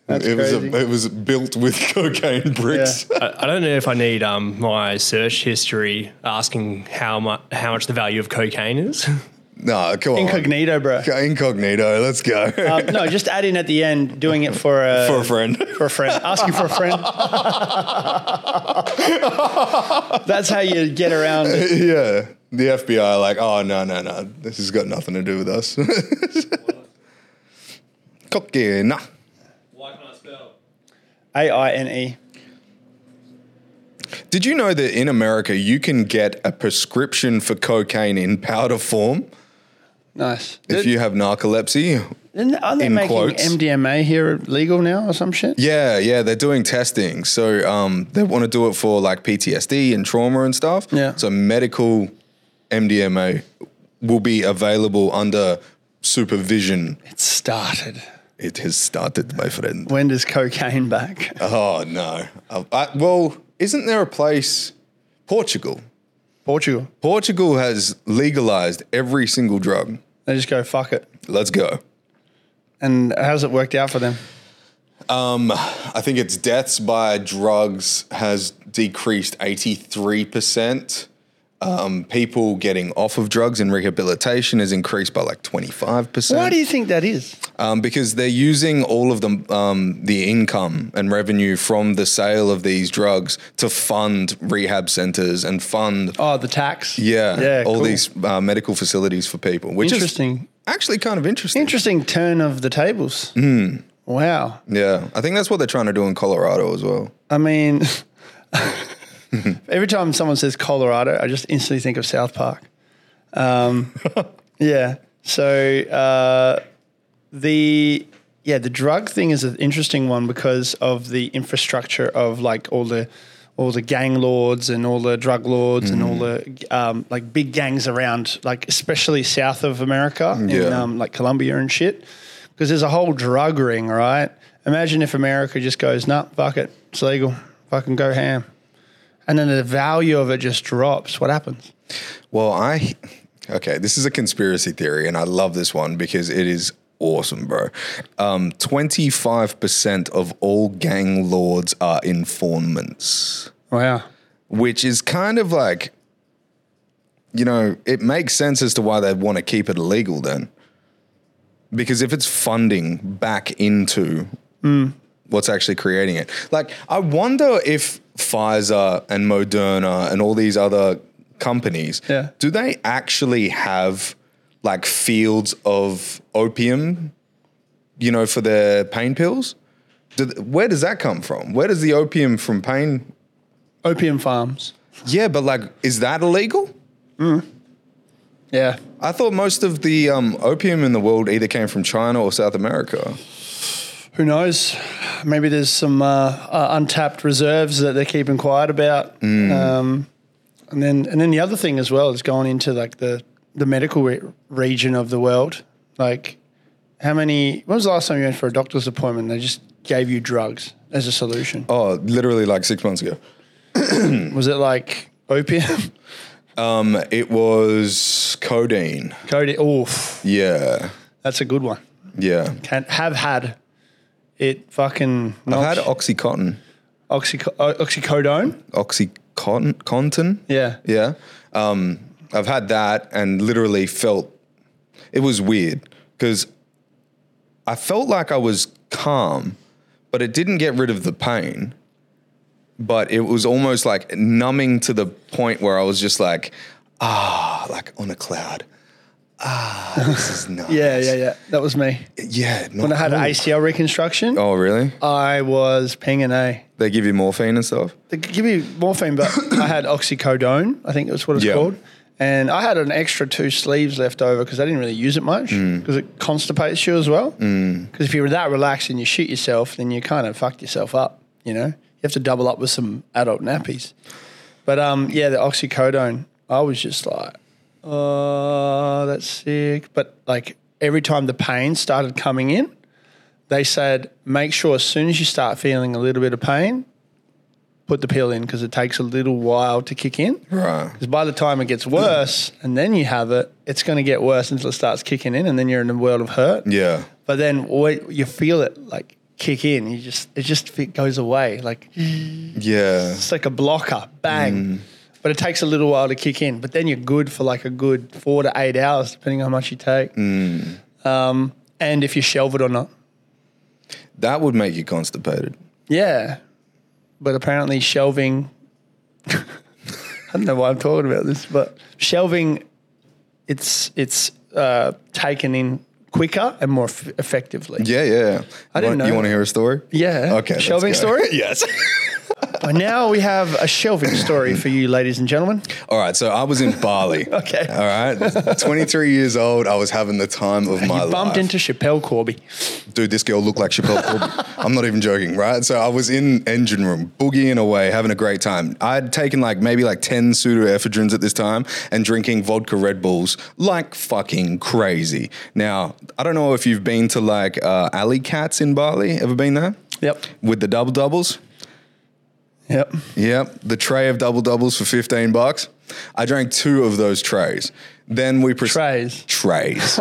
Speaker 1: That's
Speaker 2: It was,
Speaker 1: crazy. Uh,
Speaker 2: a, it was built with [laughs] cocaine bricks.
Speaker 3: I, I don't know if I need um, my search history asking how much how much the value of cocaine is. [laughs]
Speaker 2: Nah, come on.
Speaker 1: Incognito, bro.
Speaker 2: [laughs] Incognito, let's go.
Speaker 1: Um, no, just add in at the end, doing it for a,
Speaker 2: [laughs] For a friend. [laughs]
Speaker 1: for a friend, asking for a friend. That's how you get around. it.
Speaker 2: yeah. The FBI, like, oh, no, no, no. This has got nothing to do with us. [laughs] Cocaine.
Speaker 3: Why can't I spell?
Speaker 1: A I N E.
Speaker 2: Did you know that in America, you can get a prescription for cocaine in powder form
Speaker 1: Nice.
Speaker 2: if you have narcolepsy?
Speaker 1: Didn't- Aren't they
Speaker 2: in
Speaker 1: making
Speaker 2: quotes.
Speaker 1: MDMA here legal now or some shit?
Speaker 2: Yeah, yeah, they're doing testing. So um, they want to do it for like PTSD and trauma and stuff.
Speaker 1: Yeah.
Speaker 2: So medical MDMA will be available under supervision.
Speaker 1: It started.
Speaker 2: It has started, my friend.
Speaker 1: When does cocaine back?
Speaker 2: Oh no. I, I, well, isn't there a place? Portugal.
Speaker 1: Portugal.
Speaker 2: Portugal has legalized every single drug.
Speaker 1: They just go fuck it.
Speaker 2: Let's go.
Speaker 1: And how's it worked out for them?
Speaker 2: I think it's deaths by drugs has decreased 83%. Um, people getting off of drugs and rehabilitation has increased by like 25%.
Speaker 1: Why do you think that is?
Speaker 2: um, because they're using all of the, um, the income and revenue from the sale of these drugs to fund rehab centers and fund,
Speaker 1: Oh, the tax.
Speaker 2: yeah,
Speaker 1: Yeah.
Speaker 2: all
Speaker 1: cool.
Speaker 2: these uh, medical facilities for people, which
Speaker 1: interesting,
Speaker 2: is actually kind of interesting.
Speaker 1: interesting turn of the tables.
Speaker 2: Hmm.
Speaker 1: Wow.
Speaker 2: yeah. I think that's what they're trying to do in Colorado as well.
Speaker 1: I mean, [laughs] every time someone says Colorado, I just instantly think of South Park. Um, yeah. So uh, the yeah the drug thing is an interesting one because of the infrastructure of like all the all the gang lords and all the drug lords and all the um, like big gangs around like especially south of America in
Speaker 2: Yeah.
Speaker 1: um, like Colombia and shit because there's a whole drug ring, right? Imagine if America just goes, nah, fuck it, it's legal, fucking go ham. And then the value of it just drops. What happens?
Speaker 2: Well, I okay. This is a conspiracy theory, and I love this one because it is awesome, bro. Twenty five percent of all gang lords are informants,
Speaker 1: Wow.
Speaker 2: which is kind of like, you know, it makes sense as to why they'd want to keep it illegal then, because if it's funding back into what's actually creating it. Like, I wonder if Pfizer and Moderna and all these other companies,
Speaker 1: Yeah.
Speaker 2: do they actually have like fields of opium, you know, for their pain pills. Do th- where does that come from? Where does the opium from pain?
Speaker 1: Opium farms.
Speaker 2: Yeah, but like, is that illegal?
Speaker 1: Yeah.
Speaker 2: I thought most of the um, opium in the world either came from China or South America.
Speaker 1: Who knows? Maybe there's some uh, uh, untapped reserves that they're keeping quiet about. Um, and then and then the other thing as well is going into like the the medical re- region of the world. Like, how many? When was the last time you went for a doctor's appointment? and They just gave you drugs as a solution.
Speaker 2: Oh, literally like six months ago.
Speaker 1: Was it like opium, [laughs]
Speaker 2: Um, it was codeine.
Speaker 1: Cody? Oof,
Speaker 2: Yeah,
Speaker 1: that's a good one.
Speaker 2: yeah.
Speaker 1: Can have had it. Fucking.
Speaker 2: I've
Speaker 1: knocks-
Speaker 2: had oxycontin.
Speaker 1: oxyco- o- oxycodone.
Speaker 2: Oxycontin.
Speaker 1: Yeah.
Speaker 2: Yeah. Um, I've had that and literally felt it was weird because I felt like I was calm, but it didn't get rid of the pain. But it was almost like numbing to the point where I was just like, ah, like on a cloud. Ah, this
Speaker 1: [laughs]
Speaker 2: is nice.
Speaker 1: Yeah, yeah, yeah. That was me.
Speaker 2: Yeah.
Speaker 1: When I had
Speaker 2: cool.
Speaker 1: an ACL reconstruction,
Speaker 2: Oh, really?
Speaker 1: I was pinging A.
Speaker 2: They give you morphine and stuff?
Speaker 1: They could give me morphine, but I had oxycodone, I think that's what it's
Speaker 2: Yeah.
Speaker 1: called. And I had an extra two sleeves left over because I didn't really use it much because it constipates you as well. Because if you're that relaxed and you shit yourself, then you kind of fucked yourself up, you know? You have to double up with some adult nappies. But um, yeah, the oxycodone, I was just like, oh, that's sick. But like every time the pain started coming in, they said, make sure as soon as you start feeling a little bit of pain, put the pill in because it takes a little while to kick in.
Speaker 2: Right.
Speaker 1: Because by the time it gets worse and then you have it, it's going to get worse until it starts kicking in and then you're in a world of hurt.
Speaker 2: Yeah.
Speaker 1: But then when you feel it like kick in, you just, it just it goes away. Like
Speaker 2: Yeah.
Speaker 1: it's like a blocker, bang.
Speaker 2: Mm.
Speaker 1: But it takes a little while to kick in. But then you're good for like a good four to eight hours, depending on how much you take.
Speaker 2: Mm.
Speaker 1: Um, and if you shelve it or not.
Speaker 2: That would make you constipated.
Speaker 1: Yeah. But apparently shelving [laughs] I don't know why I'm talking about this, but shelving it's it's uh, taken in quicker and more f- effectively.
Speaker 2: Yeah, yeah.
Speaker 1: I didn't
Speaker 2: you
Speaker 1: know
Speaker 2: You want to
Speaker 1: that.
Speaker 2: hear a story?
Speaker 1: Yeah.
Speaker 2: Okay. let's
Speaker 1: Shelving
Speaker 2: go. [laughs]
Speaker 1: story?
Speaker 2: yes.
Speaker 1: And now we have a shelving story for you ladies and gentlemen.
Speaker 2: All right. So I was in Bali.
Speaker 1: [laughs] Okay.
Speaker 2: All right. 23 years old. I was having the time of my
Speaker 1: you bumped
Speaker 2: life.
Speaker 1: into Chappelle Corby.
Speaker 2: Dude, this girl looked like Chappelle Corby. I'm not even joking, right? So I was in engine room, boogieing away, having a great time. I'd taken like maybe like 10 pseudoephedrines at this time and drinking vodka Red Bulls like fucking crazy. Now, I don't know if you've been to like uh, Alley Cats in Bali. Ever been there?
Speaker 1: Yep.
Speaker 2: With the double doubles?
Speaker 1: Yep.
Speaker 2: Yep, the tray of double doubles for 15 bucks. I drank two of those trays. Then we pres-
Speaker 1: Trays. [laughs]
Speaker 2: Trays.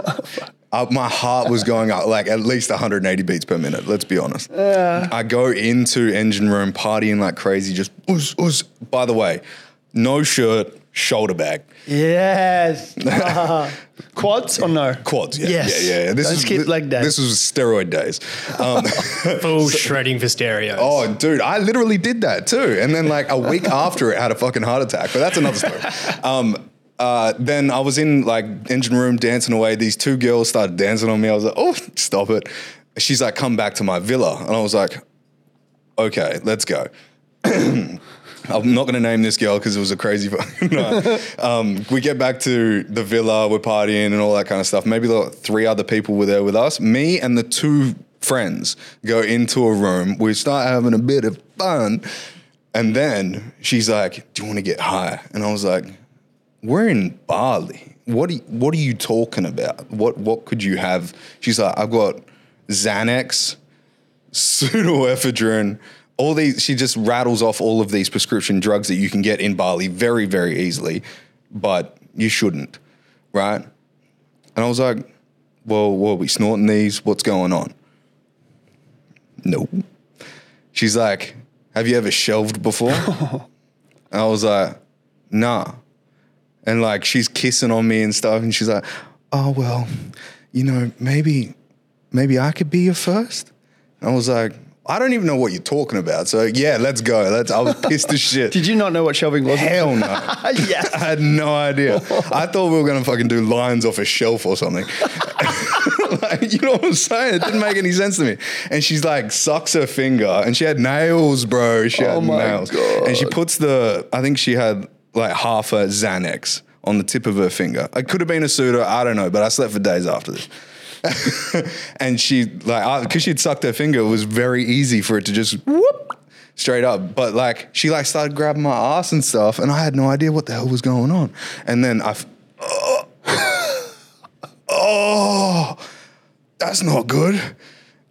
Speaker 2: Uh, my heart was going up like at least 180 beats per minute. Let's be honest. I go into engine room partying like crazy. Just ooze, ooze. by the way, no shirt, shoulder bag, [laughs]
Speaker 1: Yes. [laughs] Quads or no?
Speaker 2: quads. Yeah,
Speaker 1: Yes.
Speaker 2: yeah, yeah. This
Speaker 1: Don't skip
Speaker 2: thi-
Speaker 1: leg day.
Speaker 2: This was steroid days.
Speaker 1: [laughs]
Speaker 2: Um,
Speaker 3: [laughs] Full shredding for stereos.
Speaker 2: Oh, dude, I literally did that too. And then like a week after it had a fucking heart attack, but that's another story. Um, uh, then I was in like engine room dancing away. These two girls started dancing on me. I was like, oh, stop it. She's like, come back to my villa. And I was like, okay, let's go. I'm not going to name this girl because it was a crazy [laughs] fucking night. Um, we get back to the villa, we're partying and all that kind of stuff. Maybe the three other people were there with us. Me and the two friends go into a room. We start having a bit of fun. And then she's like, Do you want to get high? And I was like, We're in Bali. What are, what are you talking about? What, what could you have? She's like, I've got Xanax pseudoephedrine, all these. She just rattles off all of these prescription drugs that you can get in Bali very, very easily, but you shouldn't, right? And I was like, well, what are we snorting these? What's going on? Nope. She's like, have you ever shelved before? and I was like, nah. And like, she's kissing on me and stuff. And she's like, oh, well, you know, maybe, maybe I could be your first. I was like, I don't even know what you're talking about. So yeah, let's go. Let's. I was pissed as shit.
Speaker 1: Did you not know what shelving
Speaker 2: [laughs]
Speaker 1: was? [laughs]
Speaker 2: Hell no. [laughs] I
Speaker 1: yes.
Speaker 2: had no idea. I thought we were gonna fucking do lines off a shelf or something. [laughs] like, you know what I'm saying? It didn't make any sense to me. And she's like, sucks her finger, and she had nails, bro. She had
Speaker 1: Oh my
Speaker 2: nails, and she puts the. I think she had like half a Xanax on the tip of her finger. It could have been a pseudo. I don't know, but I slept for days after this. [laughs] and she like because she'd sucked her finger, it was very easy for it to just whoop straight up. But like she like started grabbing my ass and stuff, and I had no idea what the hell was going on. And then I, f- [gasps] oh, that's not good.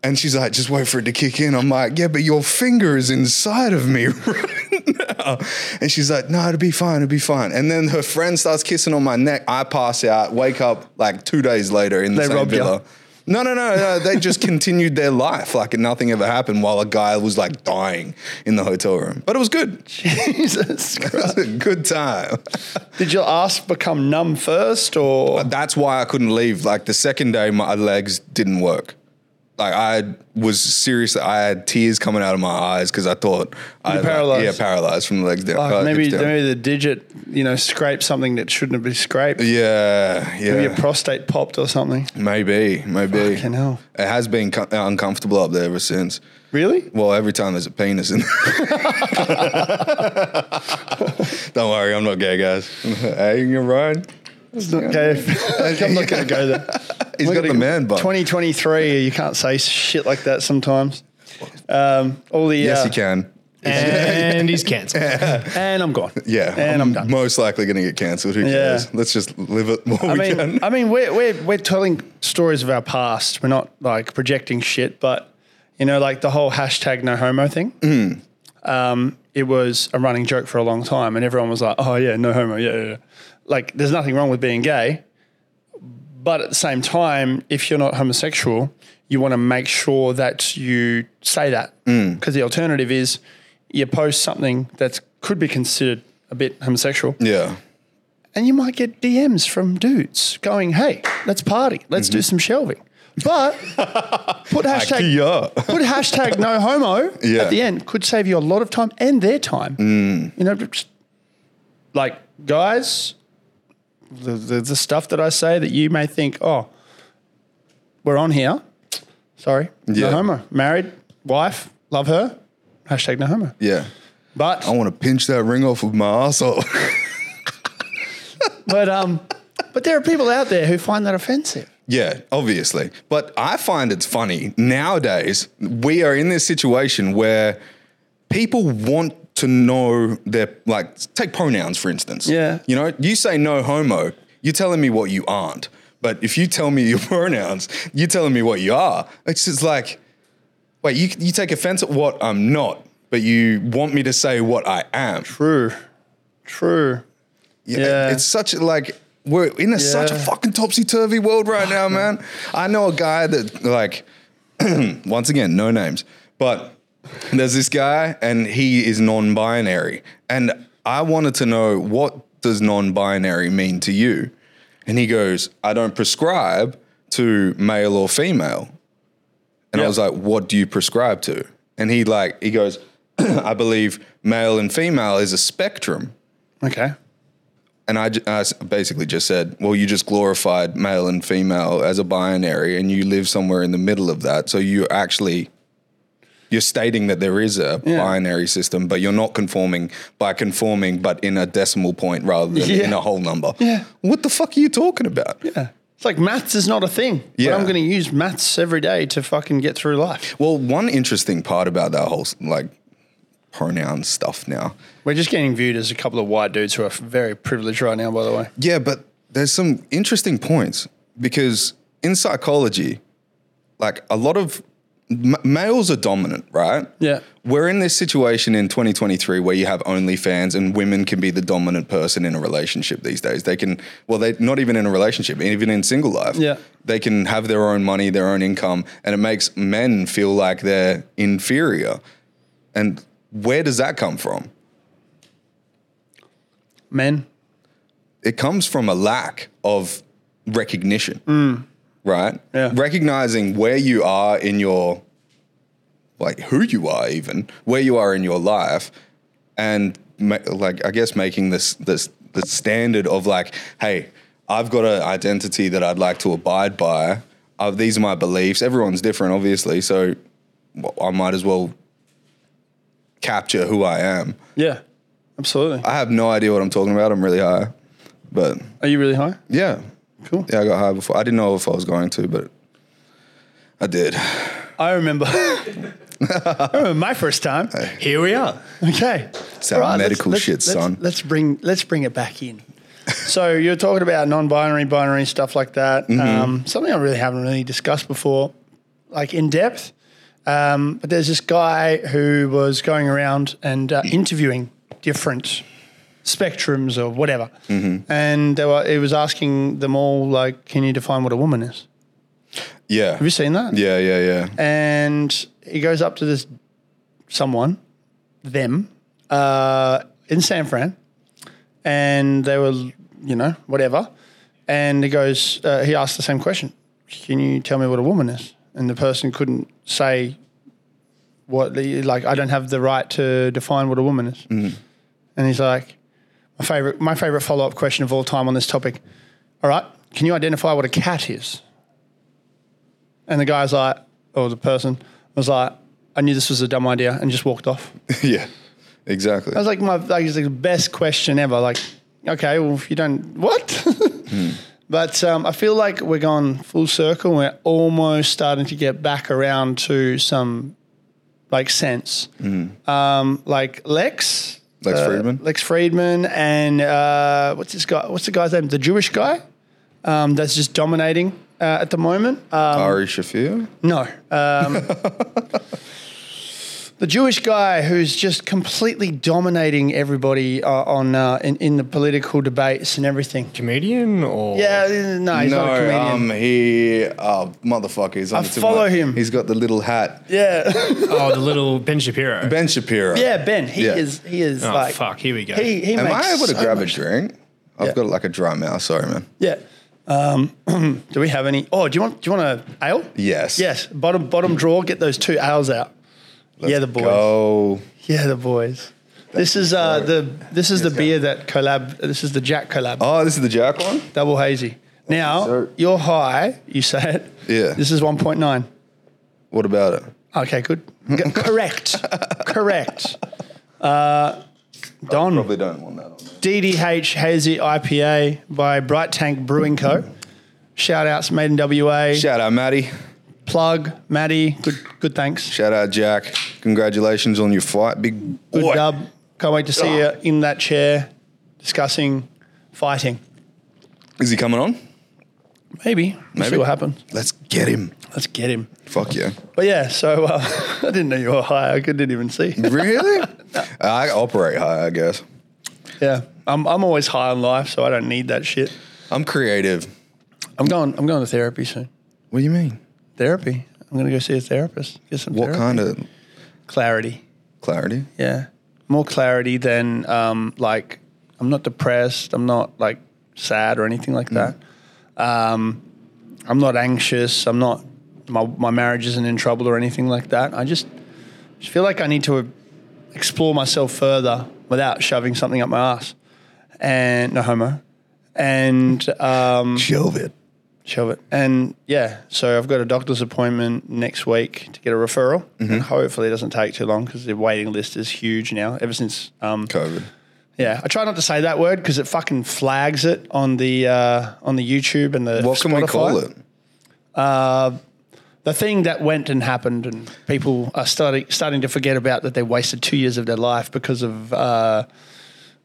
Speaker 2: And she's like, just wait for it to kick in. I'm like, yeah, but your finger is inside of me [laughs] right now. And she's like, no, it'll be fine, it'll be fine. And then her friend starts kissing on my neck. I pass out, wake up like two days later in the
Speaker 1: They
Speaker 2: same
Speaker 1: robbed you.
Speaker 2: villa. No, no, no, no. They just continued their life like nothing ever happened while a guy was like dying in the hotel room. But it was good. [laughs]
Speaker 1: Jesus
Speaker 2: It was a good time.
Speaker 1: Did your ass become numb first, or
Speaker 2: That's why I couldn't leave. Like the second day, my legs didn't work. Like I was seriously, I had tears coming out of my eyes because I thought I like,
Speaker 1: paralyzed.
Speaker 2: yeah, paralyzed from the legs down.
Speaker 1: Fuck,
Speaker 2: uh,
Speaker 1: maybe
Speaker 2: hips down.
Speaker 1: maybe the digit, you know, scraped something that shouldn't have been scraped?
Speaker 2: yeah, yeah,
Speaker 1: Maybe your prostate popped or something.
Speaker 2: maybe, maybe.
Speaker 1: Fucking hell.
Speaker 2: It has been co- uncomfortable up there ever since.
Speaker 1: Really?
Speaker 2: Well, every time there's a penis in
Speaker 1: [laughs]
Speaker 2: there. Don't worry, I'm not gay, guys. hey, you're right.
Speaker 1: It's not gay. [laughs] I'm not going to go there.
Speaker 2: He's
Speaker 1: Look
Speaker 2: got
Speaker 1: at
Speaker 2: the
Speaker 1: it.
Speaker 2: man bun.
Speaker 1: 2023, you can't say shit like that sometimes. Um, all the
Speaker 2: Yes,
Speaker 1: uh,
Speaker 2: he can.
Speaker 3: and he's
Speaker 2: [laughs]
Speaker 3: cancelled.
Speaker 1: And I'm gone.
Speaker 2: Yeah,
Speaker 1: and I'm done.
Speaker 2: Most likely going to get cancelled. Who cares? Let's just live it while
Speaker 1: I
Speaker 2: we
Speaker 1: mean,
Speaker 2: can.
Speaker 1: I mean, we're, we're we're telling stories of our past. We're not like projecting shit, but you know, like the whole hashtag no homo thing. Um, it was a running joke for a long time, and everyone was like, "Oh yeah, no homo, yeah, yeah." yeah." Like, there's nothing wrong with being gay, but at the same time, if you're not homosexual, you want to make sure that you say that because the alternative is you post something that could be considered a bit homosexual
Speaker 2: yeah.
Speaker 1: and you might get DMs from dudes going, "Hey, let's party, let's
Speaker 2: Mm-hmm.
Speaker 1: do some shelving."
Speaker 2: [laughs]
Speaker 1: But put hashtag
Speaker 2: Yeah.
Speaker 1: put hashtag no homo
Speaker 2: Yeah. Mm.
Speaker 1: at the end could save you a lot of time and their time. You know, just, like guys, the, the the stuff that I say that you may think, "Oh, we're on here." Sorry,
Speaker 2: Yeah.
Speaker 1: no homo. Married, wife, love her. Hashtag no homo.
Speaker 2: Yeah.
Speaker 1: But
Speaker 2: I want to pinch that ring off with my [laughs] asshole.
Speaker 1: but um, but there are people out there who find that offensive.
Speaker 2: yeah, obviously. But I find it's funny nowadays. We are in this situation where people want to know their like take pronouns for instance.
Speaker 1: Yeah.
Speaker 2: You know, you say no homo, you're telling me what you aren't. But if you tell me your [laughs] pronouns, you're telling me what you are. It's just like wait, you you take offense at what I'm not, but you want me to say what I am.
Speaker 1: True. True. Yeah.
Speaker 2: It's such like we're in a, such a
Speaker 1: Yeah.
Speaker 2: fucking topsy turvy world
Speaker 1: [laughs]
Speaker 2: right now, man. I know a guy that like [clears throat] once again, no names, but there's this guy and he is non-binary, and I wanted to know what does non-binary mean to you, and he goes, I don't prescribe to male or female, and I
Speaker 1: Yep.
Speaker 2: was like, what do you prescribe to? And he like he goes, [clears throat] I believe male and female is a spectrum.
Speaker 1: Okay.
Speaker 2: And I, ju- I s- basically just said, well, you just glorified male and female as a binary and you live somewhere in the middle of that. So you actually, you're stating that there is a
Speaker 1: Yeah.
Speaker 2: binary system, but you're not conforming by conforming, but in a decimal point rather than
Speaker 1: Yeah.
Speaker 2: in a whole number.
Speaker 1: Yeah.
Speaker 2: What the fuck are you talking about?
Speaker 1: Yeah. It's like maths is not a thing.
Speaker 2: Yeah.
Speaker 1: But I'm going to use maths every day to fucking get through life.
Speaker 2: Well, one interesting part about that whole s- like pronoun stuff now
Speaker 1: We're just getting viewed as a couple of white dudes who are very privileged right now, by the way.
Speaker 2: Yeah, but there's some interesting points because in psychology, like a lot of m- males are dominant, right?
Speaker 1: Yeah.
Speaker 2: We're in this situation in 2023 where you have OnlyFans and women can be the dominant person in a relationship these days. They can, well, they not even in a relationship, even in single life.
Speaker 1: Yeah.
Speaker 2: They can have their own money, their own income, and it makes men feel like they're inferior. And where does that come from?
Speaker 1: Men.
Speaker 2: it comes from a lack of recognition, right?
Speaker 1: Yeah.
Speaker 2: Recognizing where you are in your like who you are, even where you are in your life, and ma- like I guess making this this the standard of like, hey, I've got an identity that I'd like to abide by. Uh, these are my beliefs. Everyone's different, obviously, so well, I might as well capture who I am.
Speaker 1: Yeah, absolutely.
Speaker 2: I have no idea what I'm talking about. I'm really high, but
Speaker 1: Are you really [laughs] high?
Speaker 2: yeah,
Speaker 1: Cool.
Speaker 2: yeah, I got high before. I didn't know if I was going to, but I did.
Speaker 1: I remember. [laughs] I remember my first time.
Speaker 3: Here we are.
Speaker 1: Okay.
Speaker 2: our medical
Speaker 1: let's,
Speaker 2: shit,
Speaker 1: let's,
Speaker 2: son.
Speaker 1: Let's, bring let's bring it back in. so you're talking about non-binary, binary stuff like that.
Speaker 2: Mm-hmm.
Speaker 1: Um, something I really haven't really discussed before, like in depth. Um, but there's this guy who was going around and
Speaker 2: [clears throat]
Speaker 1: uh, interviewing different spectrums or whatever,
Speaker 2: Mm-hmm.
Speaker 1: and they were, it was asking them all like, "Can you define what a woman is?"
Speaker 2: Yeah,
Speaker 1: Have you seen that?
Speaker 2: [laughs] yeah, yeah, yeah.
Speaker 1: and he goes up to this someone, them, uh, in San Fran, and they were, you know, whatever. And he goes, uh, he asked the same question: "Can you tell me what a woman is?" And the person couldn't say what, the- like, I don't have the right to define what a woman is. And he's like, "My favorite, my favorite follow-up question of all time on this topic. All right, can you identify what a cat is?" And the guy's like, or the person was like, I knew this was a dumb idea and just walked off. That
Speaker 2: yeah, [laughs] exactly.
Speaker 1: was like my like, it's the best question ever. Like, okay, well, if you don't, what? [laughs] But um, I feel like we're going full circle. We're almost starting to get back around to some like sense. Um, like Lex.
Speaker 2: Mm-hmm. Lex
Speaker 1: uh,
Speaker 2: Friedman?
Speaker 1: Lex Friedman and uh, what's this guy? What's the guy's name? The Jewish guy um, that's just dominating uh, at the moment.
Speaker 2: Ari Shafir?
Speaker 1: No.
Speaker 2: [laughs]
Speaker 1: Um, the Jewish guy who's just completely dominating everybody uh, on uh, in, in the political debates and everything.
Speaker 3: Comedian or
Speaker 1: Yeah, uh, no, he's not a
Speaker 2: Oh.
Speaker 1: comedian.
Speaker 2: no, um, he, oh, motherfucker, he's on
Speaker 1: I
Speaker 2: the tip of
Speaker 1: follow
Speaker 2: my-
Speaker 1: him.
Speaker 2: He's got the little hat.
Speaker 1: yeah, [laughs]
Speaker 3: Oh, the little Ben Shapiro.
Speaker 2: Ben Shapiro.
Speaker 1: yeah, Ben. He
Speaker 2: Yeah.
Speaker 1: is. He is
Speaker 3: oh
Speaker 1: like.
Speaker 3: fuck, here we go.
Speaker 1: He he
Speaker 2: Am
Speaker 1: makes.
Speaker 2: I able to
Speaker 1: so
Speaker 2: grab a
Speaker 1: much-
Speaker 2: drink? I've
Speaker 1: Yeah.
Speaker 2: got like a dry mouth. Sorry, man.
Speaker 1: Yeah. Um, [clears throat] do we have any? Oh, do you want do you want a ale?
Speaker 2: Yes.
Speaker 1: Yes. Bottom bottom drawer. Get those two ales out. yeah, the boys.
Speaker 2: Go.
Speaker 1: Yeah, the boys. This is uh, the this is the beer that collab. This is the Jack collab.
Speaker 2: Oh, this is the Jack one?
Speaker 1: double hazy. Now
Speaker 2: sir.
Speaker 1: you're high. You say it.
Speaker 2: Yeah.
Speaker 1: This is one point nine.
Speaker 2: What about it?
Speaker 1: Okay, good.
Speaker 2: [laughs]
Speaker 1: G- correct. Correct. Uh, Don
Speaker 2: Probably don't want that on there.
Speaker 1: DDH Hazy IPA by Bright Tank Brewing Co. Shout outs made in WA.
Speaker 2: Shout out, Maddie.
Speaker 1: Plug Maddie. Good. Good. Thanks.
Speaker 2: Shout out, Jack. Congratulations on your fight, big boy. Ah.
Speaker 1: Good dub. Can't wait to see you in that chair discussing fighting.
Speaker 2: Is he coming on?
Speaker 1: Maybe. We'll see
Speaker 2: Maybe.
Speaker 1: what happens.
Speaker 2: Let's get him.
Speaker 1: Let's get him.
Speaker 2: Fuck yeah.
Speaker 1: But yeah, so uh, [laughs] I didn't know you were high. I didn't even see.
Speaker 2: [laughs] Really? I operate high, I guess.
Speaker 1: Yeah, I'm, I'm always high on life, so I don't need that shit.
Speaker 2: I'm creative.
Speaker 1: I'm going. I'm going to therapy soon.
Speaker 2: What do you mean?
Speaker 1: Therapy. I'm going to go see a therapist. Get some
Speaker 2: What
Speaker 1: therapy.
Speaker 2: kind of
Speaker 1: clarity?
Speaker 2: clarity?
Speaker 1: Yeah, more clarity than um, like I'm not depressed. I'm not like sad or anything
Speaker 2: Mm.
Speaker 1: like that. Um, I'm not anxious. I'm not. My my marriage isn't in trouble or anything like that. I just, just feel like I need to explore myself further without shoving something up my ass. And no homo. And um,
Speaker 2: Shove it.
Speaker 1: Shove it. And yeah, so I've got a doctor's appointment next week to get a referral.
Speaker 2: Mm-hmm.
Speaker 1: And hopefully it doesn't take too long because the waiting list is huge now. Ever since, um,
Speaker 2: COVID.
Speaker 1: yeah, I try not to say that word because it fucking flags it on the uh, on the YouTube and the
Speaker 2: What can we
Speaker 1: Spotify.
Speaker 2: call it?
Speaker 1: The thing that went and happened, and people are starting starting to forget about that they wasted two years of their life because of uh,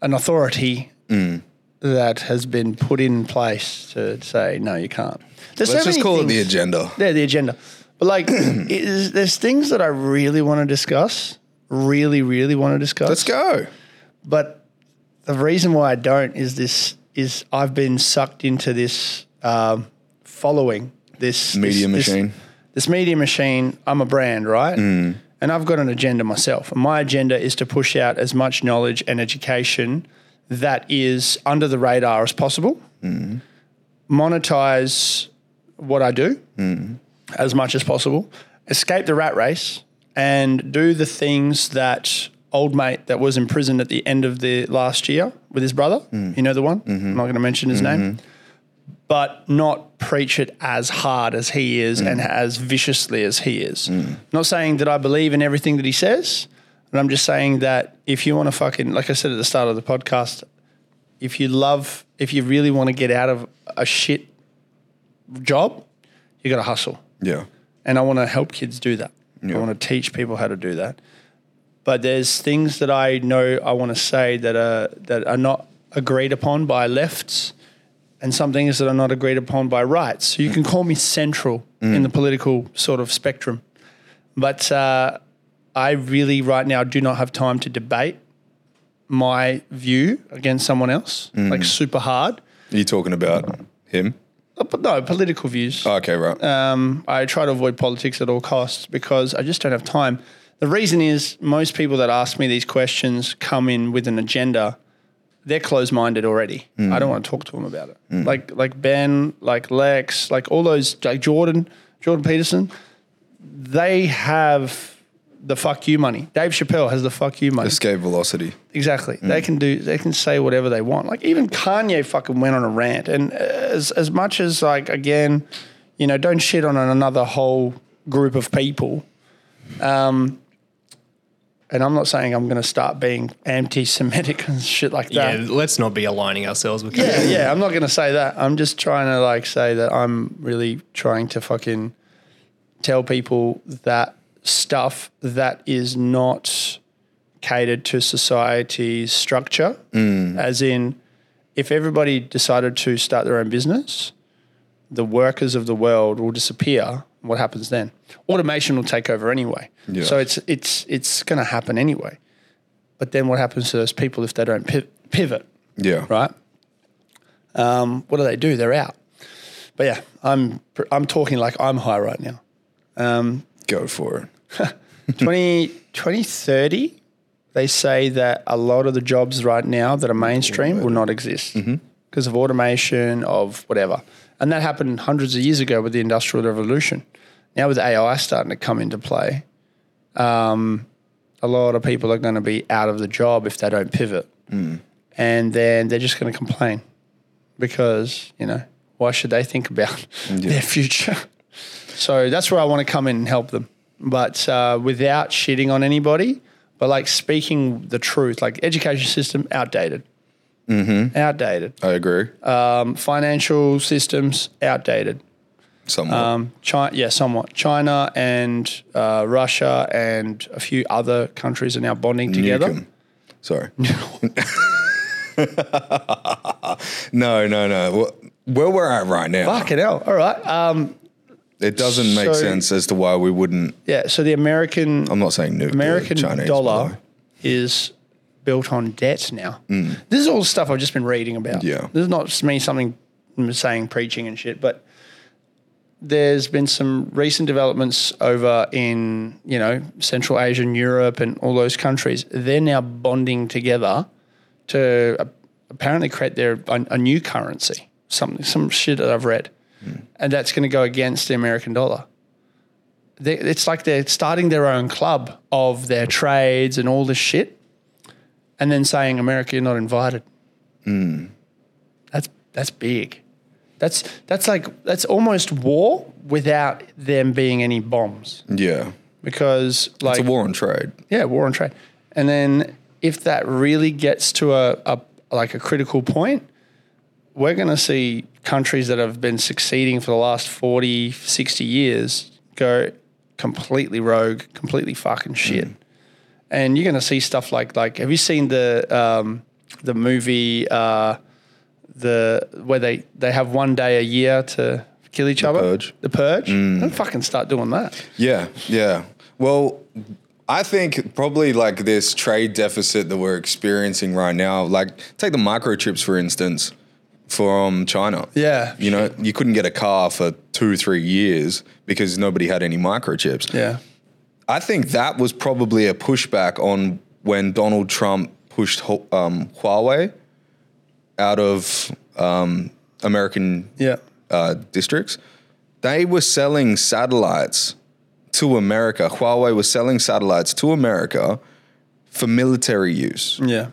Speaker 1: an authority.
Speaker 2: Mm.
Speaker 1: That has been put in place to say no, you can't. There's so
Speaker 2: Let's just
Speaker 1: many
Speaker 2: call it the
Speaker 1: things-
Speaker 2: agenda.
Speaker 1: yeah, the agenda. But
Speaker 2: [clears throat]
Speaker 1: like, it is, there's things that I really want to discuss, really, really want to discuss.
Speaker 2: Let's go.
Speaker 1: But the reason why I don't is this is I've been sucked into this um, following this this-
Speaker 2: Media
Speaker 1: this-
Speaker 2: machine. Mm.
Speaker 1: This media machine. I'm a brand, right? And I've got an agenda myself. And my agenda is to push out as much knowledge and education that is under the radar as possible.
Speaker 2: Mm.
Speaker 1: Monetize what I do as much as possible, escape the rat race, and do the things that old mate that was imprisoned at the end of the last year with his brother. You know the one? I'm not going to mention his name. But not preach it as hard as he is and as viciously as he is. Not saying that I believe in everything that he says, but I'm just saying that if you want to fucking, like I said at the start of the podcast, if you love, if you really want to get out of a shit job, you got to hustle
Speaker 2: Yeah.
Speaker 1: and I want to help kids do that. I want to teach people how to do that. But there's things that I know I want to say that are that are not agreed upon by lefts, and some things that are not agreed upon by rights. So you can call me central in the political sort of spectrum, but uh, I really right now do not have time to debate my view against someone else like super hard.
Speaker 2: Are you talking about him?
Speaker 1: Uh, But no, political views.
Speaker 2: Okay, right.
Speaker 1: Um, I try to avoid politics at all costs because I just don't have time. The reason is most people that ask me these questions come in with an agenda. They're closed minded already. I don't want to talk to them about it. Like like Ben, like Lex, like all those like Jordan, Jordan Peterson, they have the fuck you money. Dave Chappelle has the fuck you money.
Speaker 2: Escape velocity.
Speaker 1: Exactly. They can do. They can say whatever they want. Like even Kanye fucking went on a rant, and as as much as like again, you know, don't shit on another whole group of people. Um, and I'm not saying I'm going to start being anti-Semitic [laughs] and shit like that.
Speaker 3: Yeah, let's not be aligning ourselves with [laughs]
Speaker 1: Yeah, yeah. I'm not going to say that. I'm just trying to like say that I'm really trying to fucking tell people that stuff that is not catered to society's structure, as in, if everybody decided to start their own business, the workers of the world will disappear. What happens then? Automation will take over anyway.
Speaker 2: Yeah.
Speaker 1: So it's it's it's going to happen anyway. But then what happens to those people if they don't pi- pivot?
Speaker 2: Yeah.
Speaker 1: right? Um, what do they do? They're out. But yeah, I'm pr- I'm talking like I'm high right now. Um,
Speaker 2: Go for it.
Speaker 1: [laughs] 20, 2030, they say that a lot of the jobs right now that are mainstream will not exist
Speaker 2: Mm-hmm.
Speaker 1: because of automation, of whatever. And that happened hundreds of years ago with the Industrial Revolution. Now, with AI starting to come into play, um, a lot of people are going to be out of the job if they don't pivot. And then they're just going to complain because, you know, why should they think about [laughs] their future? So that's where I want to come in and help them, but uh, without shitting on anybody, but like speaking the truth. Like education system outdated, mm-hmm. outdated.
Speaker 2: I agree.
Speaker 1: Um, financial systems outdated.
Speaker 2: Somewhat.
Speaker 1: Um, China, yeah, somewhat. China and uh, Russia and a few other countries are now bonding together.
Speaker 2: Nukem. [laughs] Sorry. no, no, no. Well, Where we're at right now,
Speaker 1: Fucking hell! All right. Um,
Speaker 2: it doesn't make
Speaker 1: So-
Speaker 2: sense as to why we wouldn't.
Speaker 1: yeah. So the American
Speaker 2: I'm not saying nuke the
Speaker 1: American
Speaker 2: Chinese
Speaker 1: dollar
Speaker 2: by
Speaker 1: is built on debt now. This is all stuff I've just been reading about.
Speaker 2: Yeah.
Speaker 1: This is not just me something I'm saying preaching and shit, but there's been some recent developments over in, you know, Central Asia and Europe and all those countries. They're now bonding together to uh, apparently create their a, a new currency, something some shit that I've read. And that's going to go against the American dollar they, it's like they're starting their own club of their trades and all this shit, and then saying, "America, you're not invited."
Speaker 2: Hmm.
Speaker 1: That's that's big. That's that's like that's almost war without them being any bombs
Speaker 2: dollar. Yeah,
Speaker 1: because like
Speaker 2: it's a war on trade.
Speaker 1: yeah, war on trade. And then if that really gets to a, a like a critical point, we're going to see countries that have been succeeding for the last 40, 60 years go completely rogue, completely fucking shit. And you're going to see stuff like like have you seen the um, the movie uh, the where they they have one day a year to kill each other?
Speaker 2: Purge.
Speaker 1: The purge. Don't fucking start doing that.
Speaker 2: Yeah, yeah. Well, I think probably like this trade deficit that we're experiencing right now, like take the microchips for instance from China.
Speaker 1: Yeah.
Speaker 2: You know, you couldn't get a car for two, three years because nobody had any microchips.
Speaker 1: Yeah.
Speaker 2: I think that was probably a pushback on when Donald Trump pushed Hu- um, Huawei out of um, American
Speaker 1: Yeah.
Speaker 2: uh, districts, they were selling satellites to America. Huawei was selling satellites to America for military use
Speaker 1: Yeah.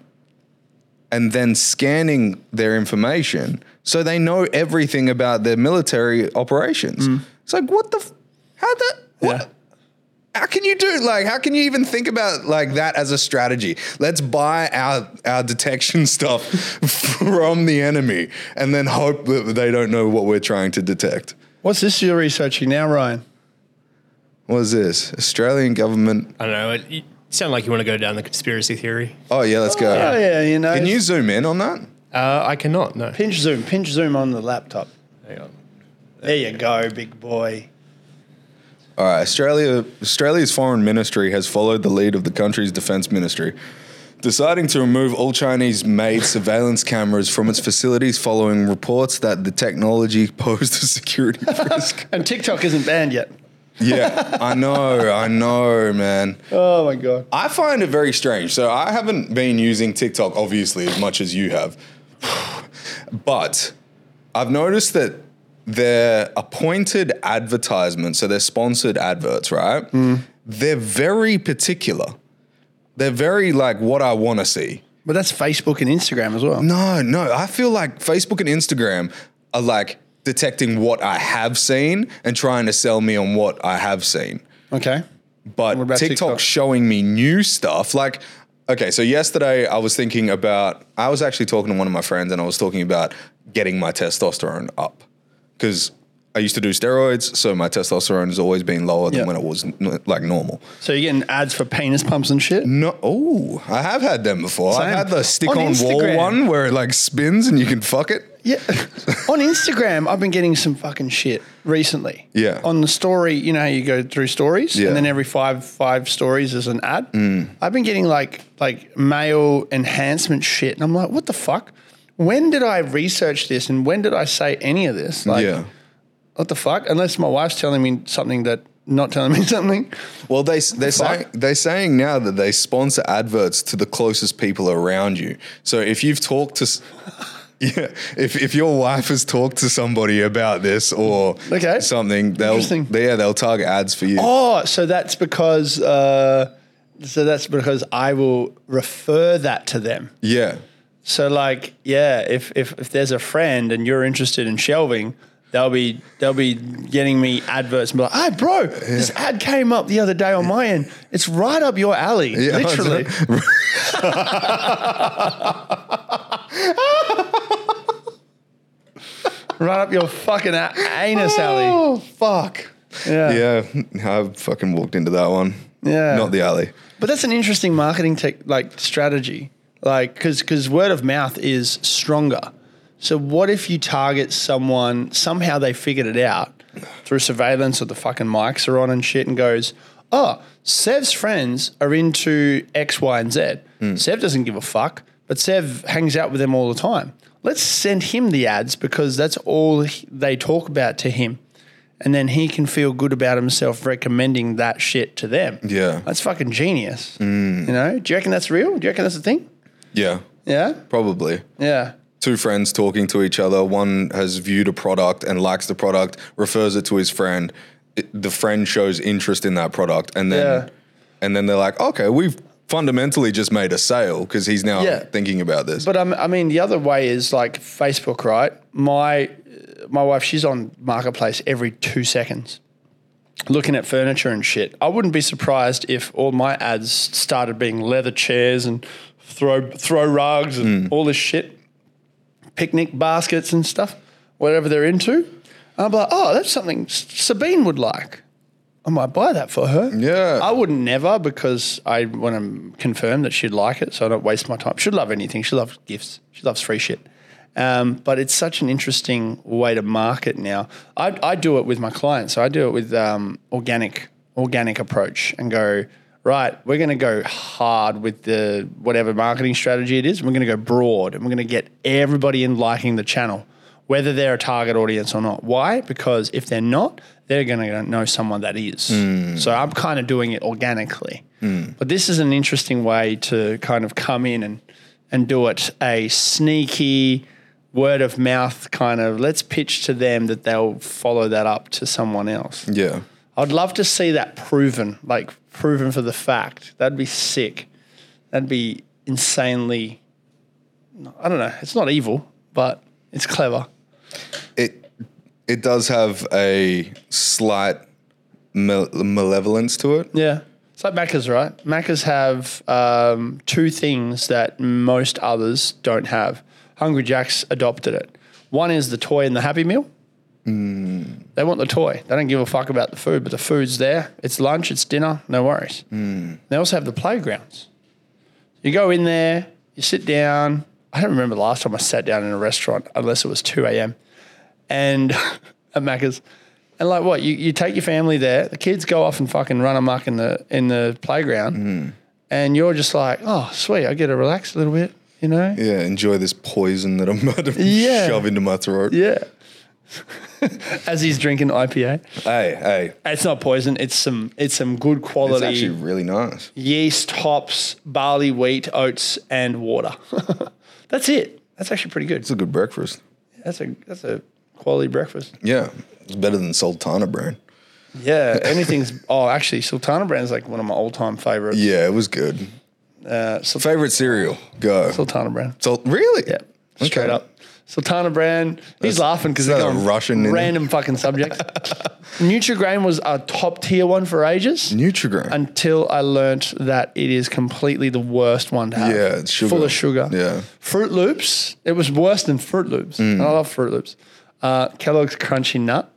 Speaker 2: and then scanning their information so they know everything about their military operations. It's like, what the, f- how the, what?
Speaker 1: Yeah.
Speaker 2: How can you do like? How can you even think about like that as a strategy? Let's buy our our detection [laughs] stuff from the enemy, and then hope that they don't know what we're trying to detect.
Speaker 1: What's this you're researching now, Ryan?
Speaker 2: What is this? Australian government?
Speaker 3: I don't know. It, you sound like you want to go down the conspiracy theory.
Speaker 2: Oh yeah, let's go.
Speaker 1: Oh yeah, you know.
Speaker 2: Can you zoom in on that?
Speaker 3: Uh, I cannot. No.
Speaker 1: pinch zoom? Pinch zoom on the laptop.
Speaker 3: Hang on.
Speaker 1: There you go, big boy.
Speaker 2: All right, Australia Australia's foreign ministry has followed the lead of the country's defense ministry, deciding to remove
Speaker 1: [laughs]
Speaker 2: all Chinese-made surveillance cameras from its facilities following reports that the technology [laughs] posed
Speaker 1: [laughs]
Speaker 2: a security risk.
Speaker 1: And TikTok isn't banned yet.
Speaker 2: yeah, I know, I know, man.
Speaker 1: Oh my god.
Speaker 2: I find it very strange. So I haven't been using TikTok obviously as much as you have, [sighs] but I've noticed that their appointed advertisements, so they're sponsored adverts, right? They're very particular. They're very like what I want to see.
Speaker 1: But that's Facebook and Instagram as well.
Speaker 2: No, no. I feel like Facebook and Instagram are like detecting what I have seen and trying to sell me on what I have seen
Speaker 1: Okay.
Speaker 2: but
Speaker 1: about
Speaker 2: TikTok's
Speaker 1: TikTok?
Speaker 2: showing me new stuff. Like, okay, so yesterday I was thinking about, I was actually talking to one of my friends and I was talking about getting my testosterone up because I used to do steroids. So my testosterone has always been lower than
Speaker 1: Yeah.
Speaker 2: when it was n- like normal.
Speaker 1: So you're getting ads for penis pumps and shit.
Speaker 2: No, oh, I have had them before. I
Speaker 1: Same.
Speaker 2: had the stick on,
Speaker 1: On
Speaker 2: wall
Speaker 1: Instagram.
Speaker 2: one where it like spins and you can fuck it.
Speaker 1: Yeah. [laughs] on Instagram, I've been getting some fucking shit recently.
Speaker 2: Yeah.
Speaker 1: On the story, you know how you go through stories
Speaker 2: Yeah. Mm.
Speaker 1: and then every five five stories is an ad. I've been getting like like male enhancement shit and I'm like, what the fuck? When did I research this and when did I say any of this? Like
Speaker 2: yeah.
Speaker 1: what the fuck? Unless my wife's telling me something that not telling me [laughs] something.
Speaker 2: Well, they they're saying, they're saying now that they sponsor adverts to the closest people around you. So if you've talked to, s- [laughs] yeah, if if your wife has talked to somebody about this or
Speaker 1: Okay.
Speaker 2: something, they'll
Speaker 1: Interesting.
Speaker 2: they- yeah they'll target ads for you.
Speaker 1: Oh, so that's because uh, so that's because I will refer that to them.
Speaker 2: Yeah,
Speaker 1: So like, yeah, if, if if there's a friend and you're interested in shelving, they'll be they'll be getting me adverts and be like, "Hey, bro, this ad came up the other day on my end. It's right up your alley,
Speaker 2: Yeah.
Speaker 1: literally." [laughs] right up your fucking a- anus alley.
Speaker 2: Oh fuck.
Speaker 1: Yeah.
Speaker 2: Yeah, [laughs] I fucking walked into that one.
Speaker 1: Yeah.
Speaker 2: not the alley.
Speaker 1: But that's an interesting marketing tech like strategy, like because because word of mouth is stronger. So what if you target someone somehow they figured it out through surveillance or the fucking mics are on and shit and goes, oh, Sev's friends are into X, Y, and Z. Sev doesn't give a fuck, but Sev hangs out with them all the time. Let's send him the ads because that's all he- they talk about to him. And then he can feel good about himself recommending that shit to them.
Speaker 2: Yeah.
Speaker 1: That's fucking genius. You know? Do you reckon that's real? Do you reckon that's a thing?
Speaker 2: Yeah,
Speaker 1: Yeah.
Speaker 2: probably.
Speaker 1: Yeah.
Speaker 2: two friends talking to each other. One has viewed a product and likes the product, refers it to his friend. It- the friend shows interest in that product, and then
Speaker 1: Yeah.
Speaker 2: and then they're like, okay, we've fundamentally just made a sale because he's now
Speaker 1: Yeah.
Speaker 2: thinking about this.
Speaker 1: But um, I mean, the other way is like Facebook, right? My my wife, she's on marketplace every two seconds, looking at furniture and shit. I wouldn't be surprised if all my ads started being leather chairs and throw throw rugs and all this shit, picnic baskets and stuff, whatever they're into. I'm like, oh, that's something S- Sabine would like. I might buy that for her.
Speaker 2: Yeah.
Speaker 1: I wouldn't never because I want to confirm that she'd like it, so I don't waste my time. She'd love anything. She loves gifts. She loves free shit. Um, but it's such an interesting way to market now. I, I do it with my clients. So I do it with um, organic organic approach and go right. We're going to go hard with the whatever marketing strategy it is. We're going to go broad and we're going to get everybody in liking the channel whether they're a target audience or not. Why? Because if they're not, they're going to know someone that is. So I'm kind of doing it organically. But this is an interesting way to kind of come in and and do it a sneaky word of mouth kind of let's pitch to them that they'll follow that up to someone else.
Speaker 2: yeah.
Speaker 1: I'd love to see that proven, like proven for the fact. That'd be sick. That'd be insanely. I don't know. It's not evil, but it's clever.
Speaker 2: It it does have a slight mal- malevolence to it.
Speaker 1: Yeah. It's like Macca's, right? Macca's have um, two things that most others don't have. Hungry Jack's adopted it. One is the toy and the Happy Meal. They want the toy. They don't give a fuck about the food, but the food's there. It's lunch, it's dinner, no worries. They also have the playgrounds. You go in there, you sit down. I don't remember the last time I sat down in a restaurant, unless it was 2 a.m. and [laughs] at Macca's. And like what? You, you take your family there, the kids go off and fucking run amok in the in the playground.
Speaker 2: Mm.
Speaker 1: And you're just like, oh, sweet, I get to relax a little bit, you know?
Speaker 2: Yeah, enjoy this poison that I'm about to [laughs]
Speaker 1: Yeah.
Speaker 2: shove into my throat.
Speaker 1: Yeah. [laughs] As he's drinking IPA.
Speaker 2: Hey, hey,
Speaker 1: It's not poison, it's some it's some good
Speaker 2: it's
Speaker 1: quality
Speaker 2: actually really nice.
Speaker 1: yeast, hops, barley, wheat, oats, and water. [laughs] that's it. That's actually pretty good.
Speaker 2: It's a good breakfast.
Speaker 1: That's a that's a quality breakfast.
Speaker 2: Yeah, it's better than Sultana brand.
Speaker 1: Yeah, anything's. oh, actually, Sultana brand's like one of my all time favorites.
Speaker 2: Yeah, it was good.
Speaker 1: Uh, Sul-
Speaker 2: Favorite cereal? Go.
Speaker 1: Sultana brand.
Speaker 2: Sul- really?
Speaker 1: Yeah, straight
Speaker 2: Okay.
Speaker 1: up. Sultana brand. He's laughing because
Speaker 2: is
Speaker 1: they're
Speaker 2: that a
Speaker 1: going
Speaker 2: Russian in
Speaker 1: random fucking subject. [laughs] Nutrigrain was a top tier one for ages
Speaker 2: Nutrigrain.
Speaker 1: until I learnt that it is completely the worst one to have.
Speaker 2: Yeah, it's sugar.
Speaker 1: uh, Full of sugar.
Speaker 2: Yeah. Mm.
Speaker 1: Fruit Loops. It was worse than Fruit Loops. And I love Fruit Loops. Uh, Kellogg's Crunchy Nut.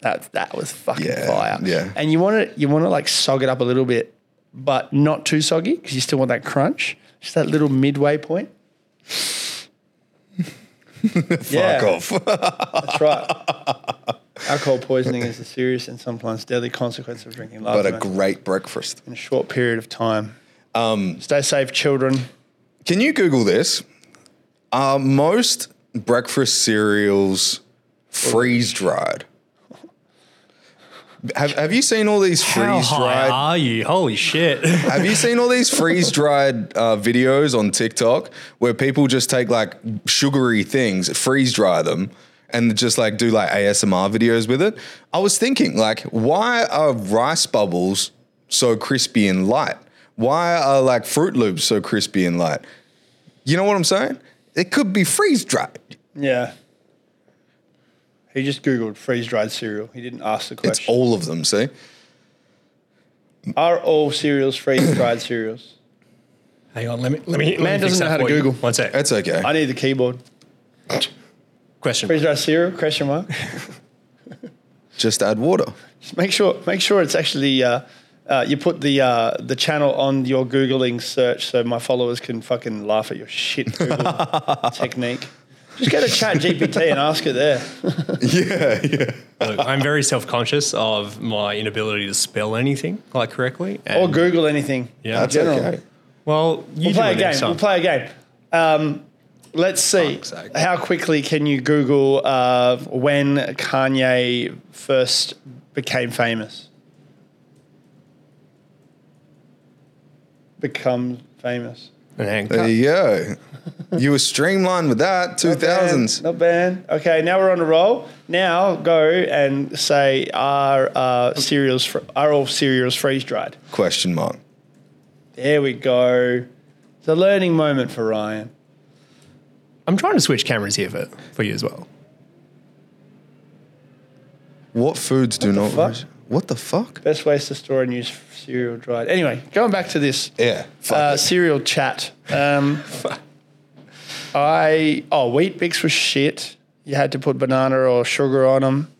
Speaker 1: That that was fucking
Speaker 2: Yeah,
Speaker 1: fire.
Speaker 2: yeah.
Speaker 1: And you want to you want to like sog it up a little bit, but not too soggy because you still want that crunch. Just that little midway point.
Speaker 2: Fuck
Speaker 1: yeah.
Speaker 2: off. [laughs]
Speaker 1: That's right. Alcohol poisoning is a serious and sometimes deadly consequence of drinking large
Speaker 2: but a
Speaker 1: amounts
Speaker 2: great breakfast.
Speaker 1: in a short period of time. Um, Stay safe, children.
Speaker 2: Can you Google this? Are most breakfast cereals freeze dried? Have, have you seen all these
Speaker 3: How
Speaker 2: freeze
Speaker 3: high
Speaker 2: dried?
Speaker 3: are you? Holy shit.
Speaker 2: Have you seen all these freeze dried uh, videos on TikTok where people just take like sugary things, freeze dry them, and just like do like ASMR videos with it? I was thinking, like, why are rice bubbles so crispy and light? Why are like Fruit Loops so crispy and light? You know what I'm saying? It could be freeze dried.
Speaker 1: Yeah. He just Googled freeze dried cereal. He didn't ask the
Speaker 2: It's
Speaker 1: question.
Speaker 2: all of them, see?
Speaker 1: Are all cereals freeze dried cereals?
Speaker 3: [laughs] Hang on, let me let me.
Speaker 1: Man
Speaker 3: let me fix
Speaker 1: doesn't know
Speaker 3: that
Speaker 1: how to
Speaker 3: for you.
Speaker 1: Google.
Speaker 3: One sec.
Speaker 2: It's okay.
Speaker 1: I need the keyboard.
Speaker 3: Question.
Speaker 1: Freeze dried cereal? Question mark.
Speaker 2: Just add water. [laughs]
Speaker 1: Just make sure make sure it's actually uh, uh, you put the uh, the channel on your googling search so my followers can fucking laugh at your shit
Speaker 3: [laughs]
Speaker 1: Google technique. Just go to Chat GPT and ask it there.
Speaker 2: yeah, yeah.
Speaker 3: Look, I'm very self conscious of my inability to spell anything like correctly.
Speaker 1: Or
Speaker 3: and-
Speaker 1: Google anything.
Speaker 3: Yeah.
Speaker 2: That's
Speaker 1: General.
Speaker 2: okay.
Speaker 3: Well, you
Speaker 1: We'll
Speaker 3: do
Speaker 1: play
Speaker 3: it
Speaker 1: a game.
Speaker 3: next
Speaker 1: We'll
Speaker 3: time.
Speaker 1: play a game. Um, let's see
Speaker 3: Fuck's sake.
Speaker 1: how quickly can you Google uh, when Kanye first became famous. Become famous.
Speaker 3: And hang-
Speaker 2: There you go. You were streamlined with that,
Speaker 1: [laughs] Not bad,
Speaker 2: 2000s.
Speaker 1: Not bad. Okay, now we're on a roll. Now go and say are uh, cereals fr- are all cereals freeze dried?
Speaker 2: Question mark.
Speaker 1: There we go. It's a learning moment for Ryan.
Speaker 3: I'm trying to switch cameras here for, for you as well.
Speaker 2: What foods do not?
Speaker 1: fuck?
Speaker 2: res- What the fuck?
Speaker 1: Best ways to store and use cereal dried. Anyway, going back to this
Speaker 2: Yeah. Fuck
Speaker 1: uh,
Speaker 2: it.
Speaker 1: cereal chat.
Speaker 2: [laughs]
Speaker 1: Um, I oh wheat bix was shit. You had to put banana or sugar on them.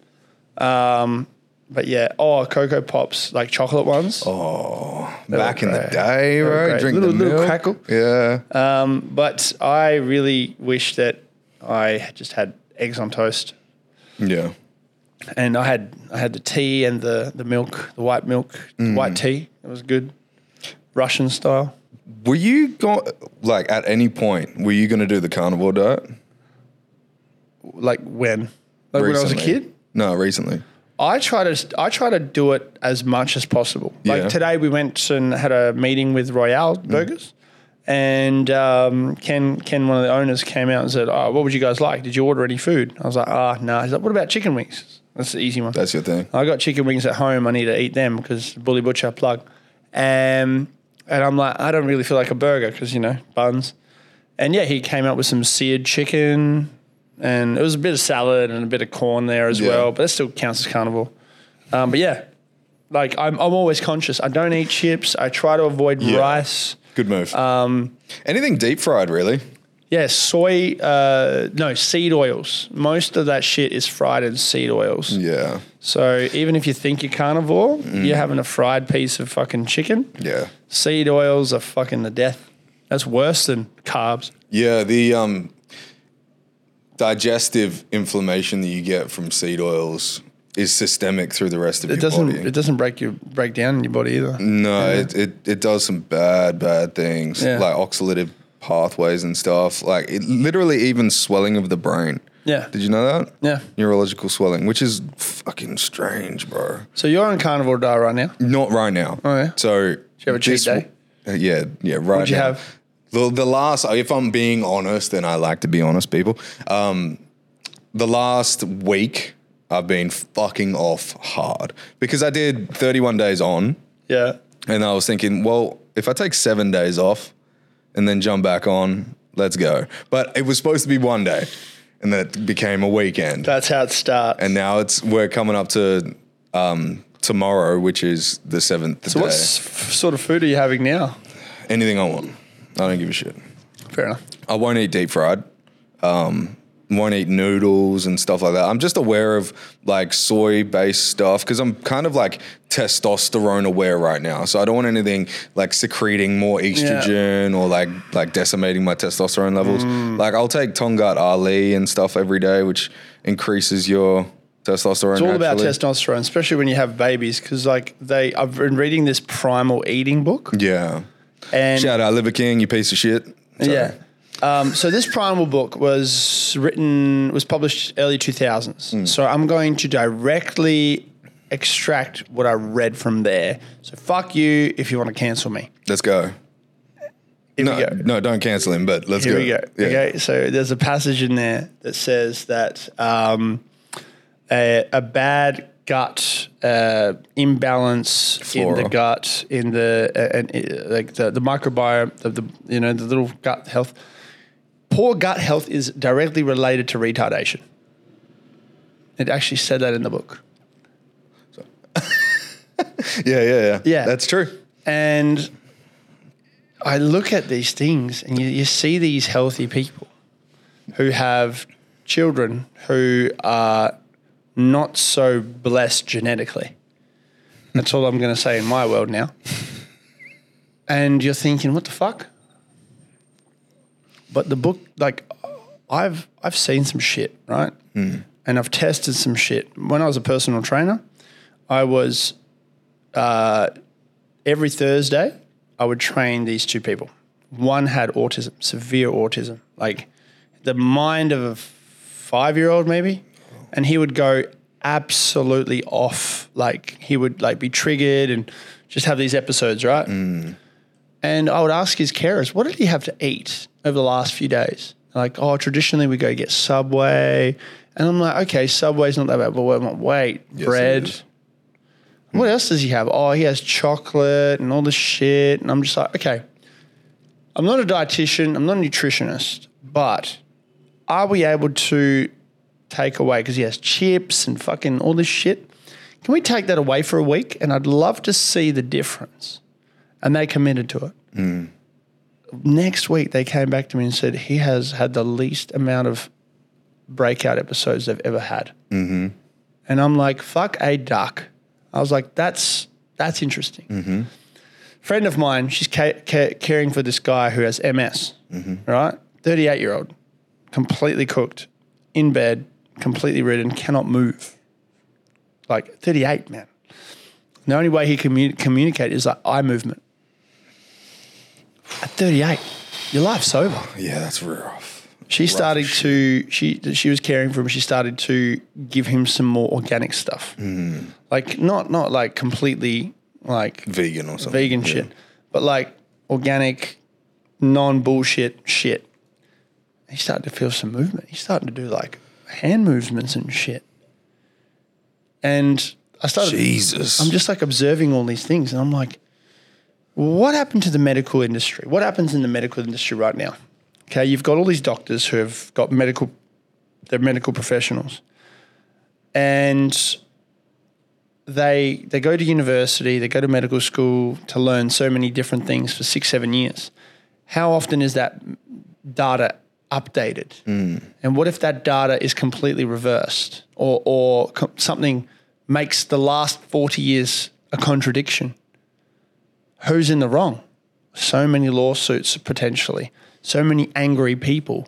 Speaker 1: Um, but yeah, oh cocoa pops like chocolate
Speaker 2: Oh,
Speaker 1: ones.
Speaker 2: [laughs] Back in the
Speaker 1: great.
Speaker 2: day,
Speaker 1: were
Speaker 2: right?
Speaker 1: great.
Speaker 2: Drink
Speaker 1: Uh, Little-
Speaker 2: the
Speaker 1: little
Speaker 2: milk.
Speaker 1: crackle.
Speaker 2: Yeah.
Speaker 1: Um, but I really wish that I just had eggs on toast,
Speaker 2: yeah.
Speaker 1: and I had I had the tea and the the milk, the white milk,
Speaker 2: Mm.
Speaker 1: the white tea. It was good, Russian style.
Speaker 2: Were you going like at any point? Were you going to do the carnivore diet?
Speaker 1: Like when, like when I was a
Speaker 2: Recently?
Speaker 1: kid.
Speaker 2: No, recently.
Speaker 1: I try to I try to do it as much as possible. Like
Speaker 2: Yeah. Mm.
Speaker 1: today, we went and had a meeting with Royale Burgers, and um, Ken Ken, one of the owners, came out and said, "Oh, what would you guys like? Did you order any food?" I was like, "Ah, no." He's like, "What about chicken wings?" That's the easy one.
Speaker 2: That's your thing.
Speaker 1: I got chicken wings at home. I need to eat them because Bully Butcher plug. Um, and I'm like, I don't really feel like a burger because, you know, buns. And yeah, he came up with some seared chicken and it was a bit of salad and a bit of corn there as
Speaker 2: Yeah.
Speaker 1: well, but that still counts as carnival. Um, but yeah, like I'm, I'm always conscious. I don't eat chips. I try to avoid rice.
Speaker 2: Good move. Um, Anything deep fried, really?
Speaker 1: Yeah, soy, uh, no, seed oils. Most of that shit is fried in seed oils.
Speaker 2: Yeah.
Speaker 1: So even if you think you're carnivore, you're having a fried piece of fucking chicken.
Speaker 2: Yeah.
Speaker 1: Seed oils are fucking the death. That's worse than carbs.
Speaker 2: Yeah, the um, digestive inflammation that you get from seed oils is systemic through the rest of
Speaker 1: It
Speaker 2: your
Speaker 1: doesn't.
Speaker 2: body.
Speaker 1: It doesn't break your break down in your body either.
Speaker 2: no, it, it it does some bad bad things
Speaker 1: Yeah.
Speaker 2: like oxalative pathways and stuff. Like it literally even swelling of the brain.
Speaker 1: Yeah.
Speaker 2: Did you know that?
Speaker 1: Yeah.
Speaker 2: Neurological swelling, which is fucking strange, bro.
Speaker 1: So you're on carnivore diet right now.
Speaker 2: Not right now.
Speaker 1: Oh, yeah.
Speaker 2: So Did
Speaker 1: you have a cheat day?
Speaker 2: yeah, yeah, right.
Speaker 1: What'd you
Speaker 2: now.
Speaker 1: have?
Speaker 2: The, the last, uh, if I'm being honest, and I like to be honest, people, um, the last week I've been fucking off hard because I did 31 days on,
Speaker 1: Yeah.
Speaker 2: and I was thinking, well, if I take seven days off and then jump back on, let's go. But it was supposed to be one day, and then it became a weekend
Speaker 1: That's how it starts.
Speaker 2: and now it's we're coming up to um, tomorrow, which is the seventh
Speaker 1: so
Speaker 2: day.
Speaker 1: what s- f- sort of food are you having now?
Speaker 2: Anything I want, I don't give a shit.
Speaker 1: Fair enough.
Speaker 2: I won't eat deep fried. Um, won't eat noodles and stuff like that. I'm just aware of like soy based stuff because I'm kind of like testosterone aware right now. So I don't want anything like secreting more estrogen or like like decimating my testosterone levels.
Speaker 1: Mm.
Speaker 2: Like I'll take Tongat Ali and stuff every day, which increases your testosterone.
Speaker 1: It's all about
Speaker 2: naturally.
Speaker 1: testosterone, especially when you have babies, because like they. I've been reading this primal eating book,
Speaker 2: Yeah.
Speaker 1: and
Speaker 2: Shout out Liver King, you piece of shit. Sorry.
Speaker 1: Yeah. Um, so this primal book was written was published early 2000s.
Speaker 2: Hmm.
Speaker 1: So I'm going to directly extract what I read from there. So fuck you if you want to cancel me.
Speaker 2: Let's go.
Speaker 1: Here
Speaker 2: No,
Speaker 1: we go.
Speaker 2: no, don't cancel him, but let's
Speaker 1: Here
Speaker 2: go.
Speaker 1: we go.
Speaker 2: Yeah.
Speaker 1: Okay. So there's a passage in there that says that um, a, a bad gut uh, imbalance in
Speaker 2: Flora.
Speaker 1: the gut in the uh, and uh, like the, the microbiome the, the you know the little gut health poor gut health is directly related to retardation it actually said that in the book
Speaker 2: Yeah, yeah, yeah.
Speaker 1: Yeah.
Speaker 2: That's true.
Speaker 1: and I look at these things and you, you see these healthy people who have children who are not so blessed genetically. That's all I'm going to say in my world now. And you're thinking, what the fuck? But the book, like, I've I've seen some shit, right? And I've tested some shit. When I was a personal trainer, I was every Thursday, I would train these two people. One had autism, severe autism, like the mind of a five year old, maybe. And he would go absolutely off. Like he would like be triggered and just have these episodes, right?
Speaker 2: Mm.
Speaker 1: And I would ask his carers, what did he have to eat over the last few days? Like, oh, traditionally we go get Subway. And I'm like, okay, Subway's not that bad, but wait, wait
Speaker 2: it
Speaker 1: bread, Hmm.
Speaker 2: is.
Speaker 1: what else does he have? Oh, he has chocolate and all this shit. And I'm just like, okay, I'm not a dietitian, I'm not a nutritionist, but are we able to take away, because he has chips and fucking all this shit, can we take that away for a week? And I'd love to see the difference. And they committed to it. Next week, they came back to me and said, he has had the least amount of breakout episodes they've ever had. And I'm like, fuck a duck. I was like, that's that's interesting. Friend of mine, she's ca- ca- caring for this guy who has MS, right? 38 year old, completely cooked, in bed, completely ridden, cannot move. Like 38, man. The only way he commu- communicate is like eye movement. At 38, your life's over
Speaker 2: Yeah, that's rough.
Speaker 1: she started to she she was caring for him. She started to give him some more organic stuff, like not not like completely like
Speaker 2: Vegan or something.
Speaker 1: vegan
Speaker 2: Yeah.
Speaker 1: shit, but like organic, non bullshit shit. He started to feel some movement. He started to do like hand movements and shit. And I started
Speaker 2: Jesus.
Speaker 1: I'm just like observing all these things, and I'm like, what happened to the medical industry? What happens in the medical industry right now? Okay, you've got all these doctors who have got medical, they're medical professionals, and they they go to university, they go to medical school to learn so many different things for six seven years. How often is that data updated? And what if that data is completely reversed or, or co- something makes the last 40 years a contradiction? Who's in the wrong? So many lawsuits potentially, so many angry people.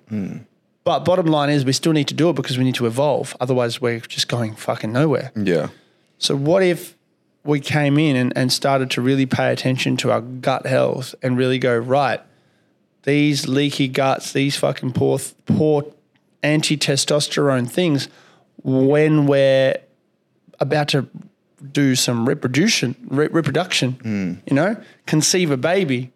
Speaker 1: But bottom line is, we still need to do it because we need to evolve. Otherwise, we're just going fucking nowhere.
Speaker 2: yeah.
Speaker 1: So what if we came in and, and started to really pay attention to our gut health and really go right? These leaky guts, these fucking poor, poor anti-testosterone things. When we're about to do some reproduction, re- reproduction, you know, conceive a baby,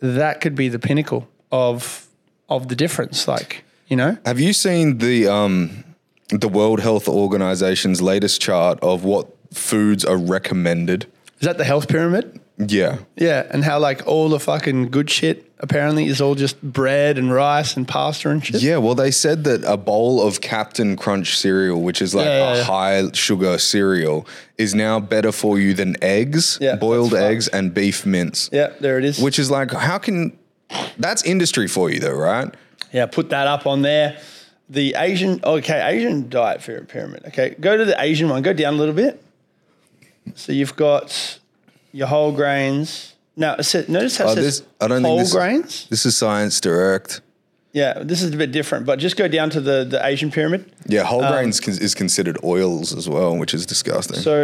Speaker 1: that could be the pinnacle of of the difference. Like, you know,
Speaker 2: Have you seen the um the World Health Organization's latest chart of what foods are recommended?
Speaker 1: is that the health pyramid?
Speaker 2: Yeah.
Speaker 1: Yeah, and how like all the fucking good shit apparently is all just bread and rice and pasta and shit.
Speaker 2: Yeah, well, they said that a bowl of Captain Crunch cereal, which is like
Speaker 1: Yeah, yeah,
Speaker 2: a
Speaker 1: yeah.
Speaker 2: high sugar cereal, is now better for you than eggs,
Speaker 1: Yeah,
Speaker 2: boiled
Speaker 1: that's fucked.
Speaker 2: eggs, and beef mince.
Speaker 1: Yeah, there it is.
Speaker 2: Which is like, how can that's industry for you though, right?
Speaker 1: yeah, put that up on there. The Asian okay, Asian diet pyra- pyramid. Okay, go to the Asian one. Go down a little bit. So you've got your whole grains. Now, it said- notice how it
Speaker 2: Oh,
Speaker 1: says
Speaker 2: this- I don't think
Speaker 1: whole
Speaker 2: this is-
Speaker 1: grains.
Speaker 2: This is Science Direct.
Speaker 1: Yeah, this is a bit different, but just go down to the the Asian pyramid.
Speaker 2: Yeah, whole grains con- is considered oils as well, which is disgusting.
Speaker 1: Um, So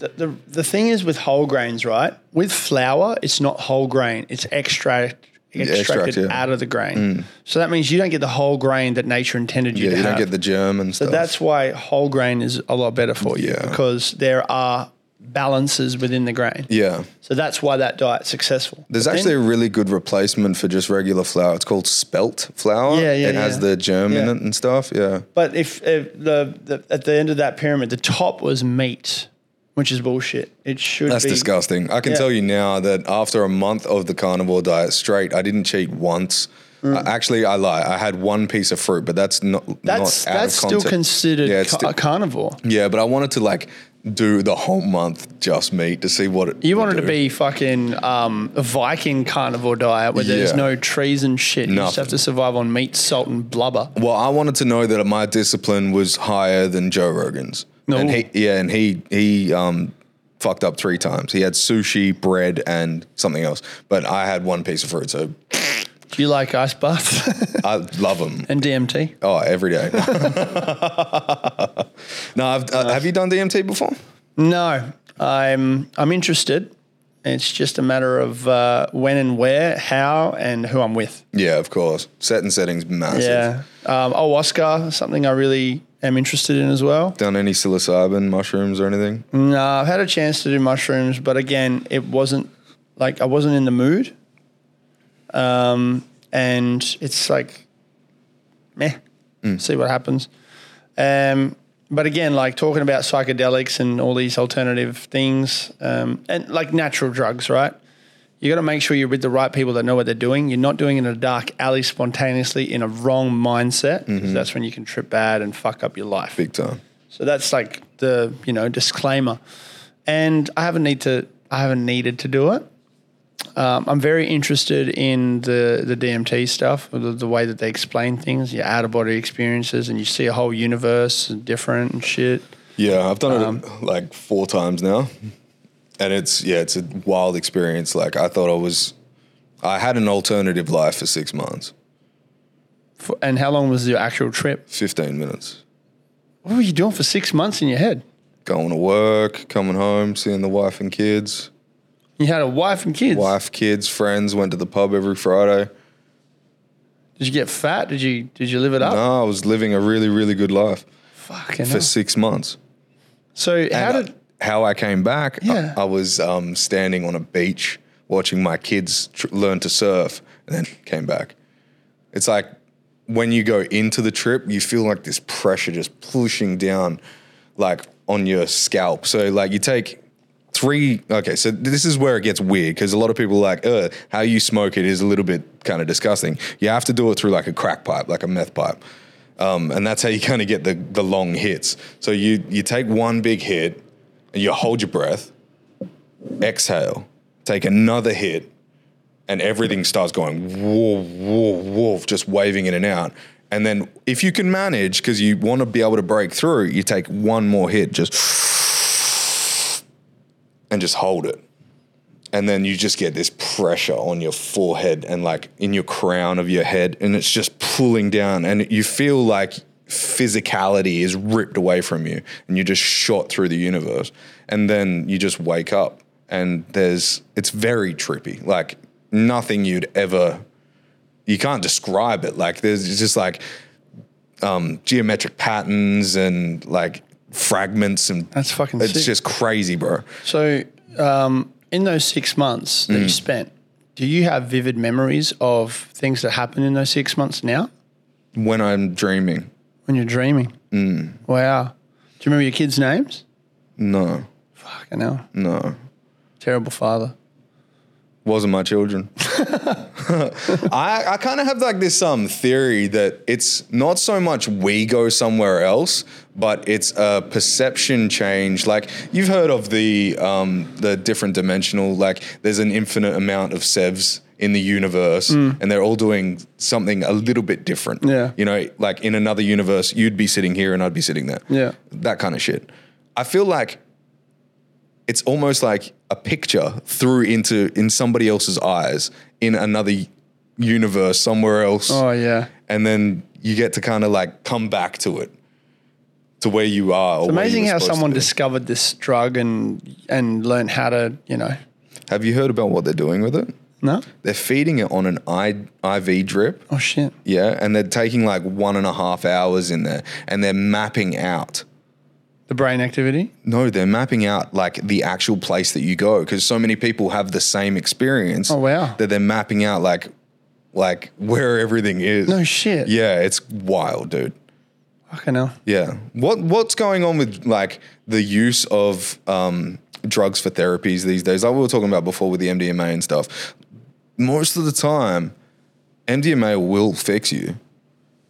Speaker 1: the, the the thing is with whole grains, right? With flour, it's not whole grain; it's extract extracted
Speaker 2: extract, yeah. Mm.
Speaker 1: out of the grain. So that means you don't get the whole grain that nature intended you
Speaker 2: yeah,
Speaker 1: to
Speaker 2: you
Speaker 1: have.
Speaker 2: don't get the germ and stuff.
Speaker 1: That's why whole grain is a lot better for you
Speaker 2: Yeah.
Speaker 1: because there are balances within the grain.
Speaker 2: yeah.
Speaker 1: So that's why that diet's successful.
Speaker 2: There's
Speaker 1: But then-
Speaker 2: actually a really good replacement for just regular flour. It's called spelt flour.
Speaker 1: Yeah, yeah,
Speaker 2: It has
Speaker 1: yeah.
Speaker 2: the germ in
Speaker 1: Yeah.
Speaker 2: it and stuff. Yeah.
Speaker 1: But if, if the, the at the end of that pyramid, the top was meat, which is bullshit. It should
Speaker 2: That's
Speaker 1: be
Speaker 2: disgusting. I can
Speaker 1: Yeah.
Speaker 2: tell you now that after a month of the carnivore diet straight, I didn't cheat once.
Speaker 1: Mm.
Speaker 2: Uh, actually, I lie. I had one piece of fruit, but that's not
Speaker 1: That's
Speaker 2: not out
Speaker 1: that's
Speaker 2: of
Speaker 1: still
Speaker 2: context.
Speaker 1: considered
Speaker 2: Yeah, it's
Speaker 1: ca-
Speaker 2: still-
Speaker 1: a carnivore.
Speaker 2: yeah, but I wanted to like do the whole month just meat to see what it.
Speaker 1: You
Speaker 2: would
Speaker 1: wanted to
Speaker 2: do.
Speaker 1: be fucking um, a Viking carnivore diet where there's
Speaker 2: Yeah.
Speaker 1: no trees and shit. You just
Speaker 2: Nothing.
Speaker 1: have to survive on meat, salt, and blubber.
Speaker 2: Well, I wanted to know that my discipline was higher than Joe Rogan's.
Speaker 1: No.
Speaker 2: And he, yeah, and he he um fucked up three times. He had sushi, bread, and something else. But I had one piece of fruit, so
Speaker 1: Do you like ice bath
Speaker 2: I love him.
Speaker 1: [laughs] and DMT?
Speaker 2: Oh, every day. [laughs] no, I've, uh, have you done DMT before?
Speaker 1: No, I'm I'm interested. It's just a matter of uh, when and where, how, and who I'm with.
Speaker 2: Yeah, of course. Set and settings massive.
Speaker 1: Yeah, um, ayahuasca, something I really am interested in as well.
Speaker 2: Done any psilocybin, mushrooms, or anything?
Speaker 1: No, I've had a chance to do mushrooms, but again, it wasn't like I wasn't in the mood. Um, and it's like, meh, see what happens. Um, but again, like talking about psychedelics and all these alternative things, um, and like natural drugs, right? You got to make sure you're with the right people that know what they're doing. You're not doing it in a dark alley spontaneously in a wrong mindset. 'cause That's when you can trip bad and fuck up your life.
Speaker 2: Big time.
Speaker 1: So that's like the you know disclaimer. And I haven't need to I haven't needed to do it. Um, I'm very interested in the the DMT stuff, the, the way that they explain things, your out of body experiences, and you see a whole universe and different and shit.
Speaker 2: Yeah, I've done
Speaker 1: Um,
Speaker 2: it like four times now. And it's, yeah, it's a wild experience. Like, I thought I was, I had an alternative life for six months,
Speaker 1: For, and how long was your actual trip?
Speaker 2: 15 minutes.
Speaker 1: What were you doing for six months in your head?
Speaker 2: Going to work, coming home, seeing the wife and kids,
Speaker 1: You had a wife and kids.
Speaker 2: wife, kids, friends, went to the pub every Friday.
Speaker 1: Did you get fat? Did you did you live it up?
Speaker 2: No, I was living a really, really good life
Speaker 1: Fucking
Speaker 2: for
Speaker 1: hell.
Speaker 2: six months.
Speaker 1: So how
Speaker 2: And
Speaker 1: did
Speaker 2: I- how I came back? I-
Speaker 1: Yeah.
Speaker 2: I, was um, standing on a beach watching my kids tr- learn to surf, and then came back. It's like when you go into the trip, you feel like this pressure just pushing down, like on your scalp. So like you take three. Okay, so this is where it gets weird because a lot of people are like, Ugh, how you smoke it is a little bit kind of disgusting. You have to do it through like a crack pipe, like a meth pipe. Um, and that's how you kind of get the, the long hits. So you, you take one big hit and you hold your breath, exhale, take another hit, and everything starts going woof, woof, woof, just waving in and out. And then if you can manage, because you want to be able to break through, you take one more hit, just and just hold it. And then you just get this pressure on your forehead and like in your crown of your head, and it's just pulling down, and you feel like physicality is ripped away from you, and you're just shot through the universe. And then you just wake up, and there's it's very trippy, like nothing you'd ever you can't describe it. Like there's it's just like um, geometric patterns and like fragments and
Speaker 1: That's fucking
Speaker 2: it's
Speaker 1: sick.
Speaker 2: just crazy, bro.
Speaker 1: So, um, in those six months that you spent, do you have vivid memories of things that happened in those six months now
Speaker 2: when I'm dreaming.
Speaker 1: when you're dreaming? Wow. Do you remember your kids' names?
Speaker 2: No,
Speaker 1: Fucking hell.
Speaker 2: no.
Speaker 1: Terrible father.
Speaker 2: Wasn't my children. [laughs] I, I kind of have like this um theory that it's not so much we go somewhere else, but it's a perception change. Like you've heard of the um the different dimensional. Like there's an infinite amount of sevs in the universe, and they're all doing something a little bit different.
Speaker 1: Yeah.
Speaker 2: you know, like in another universe, you'd be sitting here and I'd be sitting there.
Speaker 1: Yeah.
Speaker 2: that kind of shit. I feel like it's almost like a picture through into in somebody else's eyes in another universe somewhere else
Speaker 1: Oh, yeah.
Speaker 2: and then you get to kind of like come back to it to where you are it's
Speaker 1: Amazing how someone discovered this drug and and learned how to, you know,
Speaker 2: have you heard about what they're doing with it
Speaker 1: no?
Speaker 2: they're feeding it on an I- iv drip
Speaker 1: Oh, shit.
Speaker 2: yeah and they're taking like one and a half hours in there and they're mapping out
Speaker 1: The brain activity?
Speaker 2: no they're mapping out like the actual place that you go because so many people have the same experience
Speaker 1: Oh, wow.
Speaker 2: that they're mapping out like like where everything is
Speaker 1: No shit.
Speaker 2: Yeah, it's wild, dude.
Speaker 1: Fucking hell.
Speaker 2: Yeah. What what's going on with like the use of um, drugs for therapies these days? Like we were talking about before with the MDMA and stuff. Most of the time, MDMA will fix you.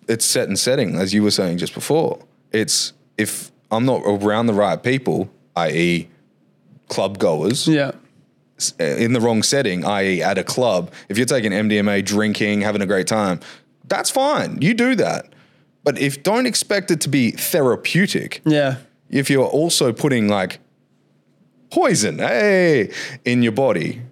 Speaker 2: It's set and setting, as you were saying just before. It's if I'm not around the right people, i.e., club goers,
Speaker 1: Yeah.
Speaker 2: s- uh, in the wrong setting, i.e., at a club, if you're taking MDMA, drinking, having a great time, that's fine. You do that. But if don't expect it to be therapeutic,
Speaker 1: Yeah.
Speaker 2: if you're also putting like poison, hey, in your body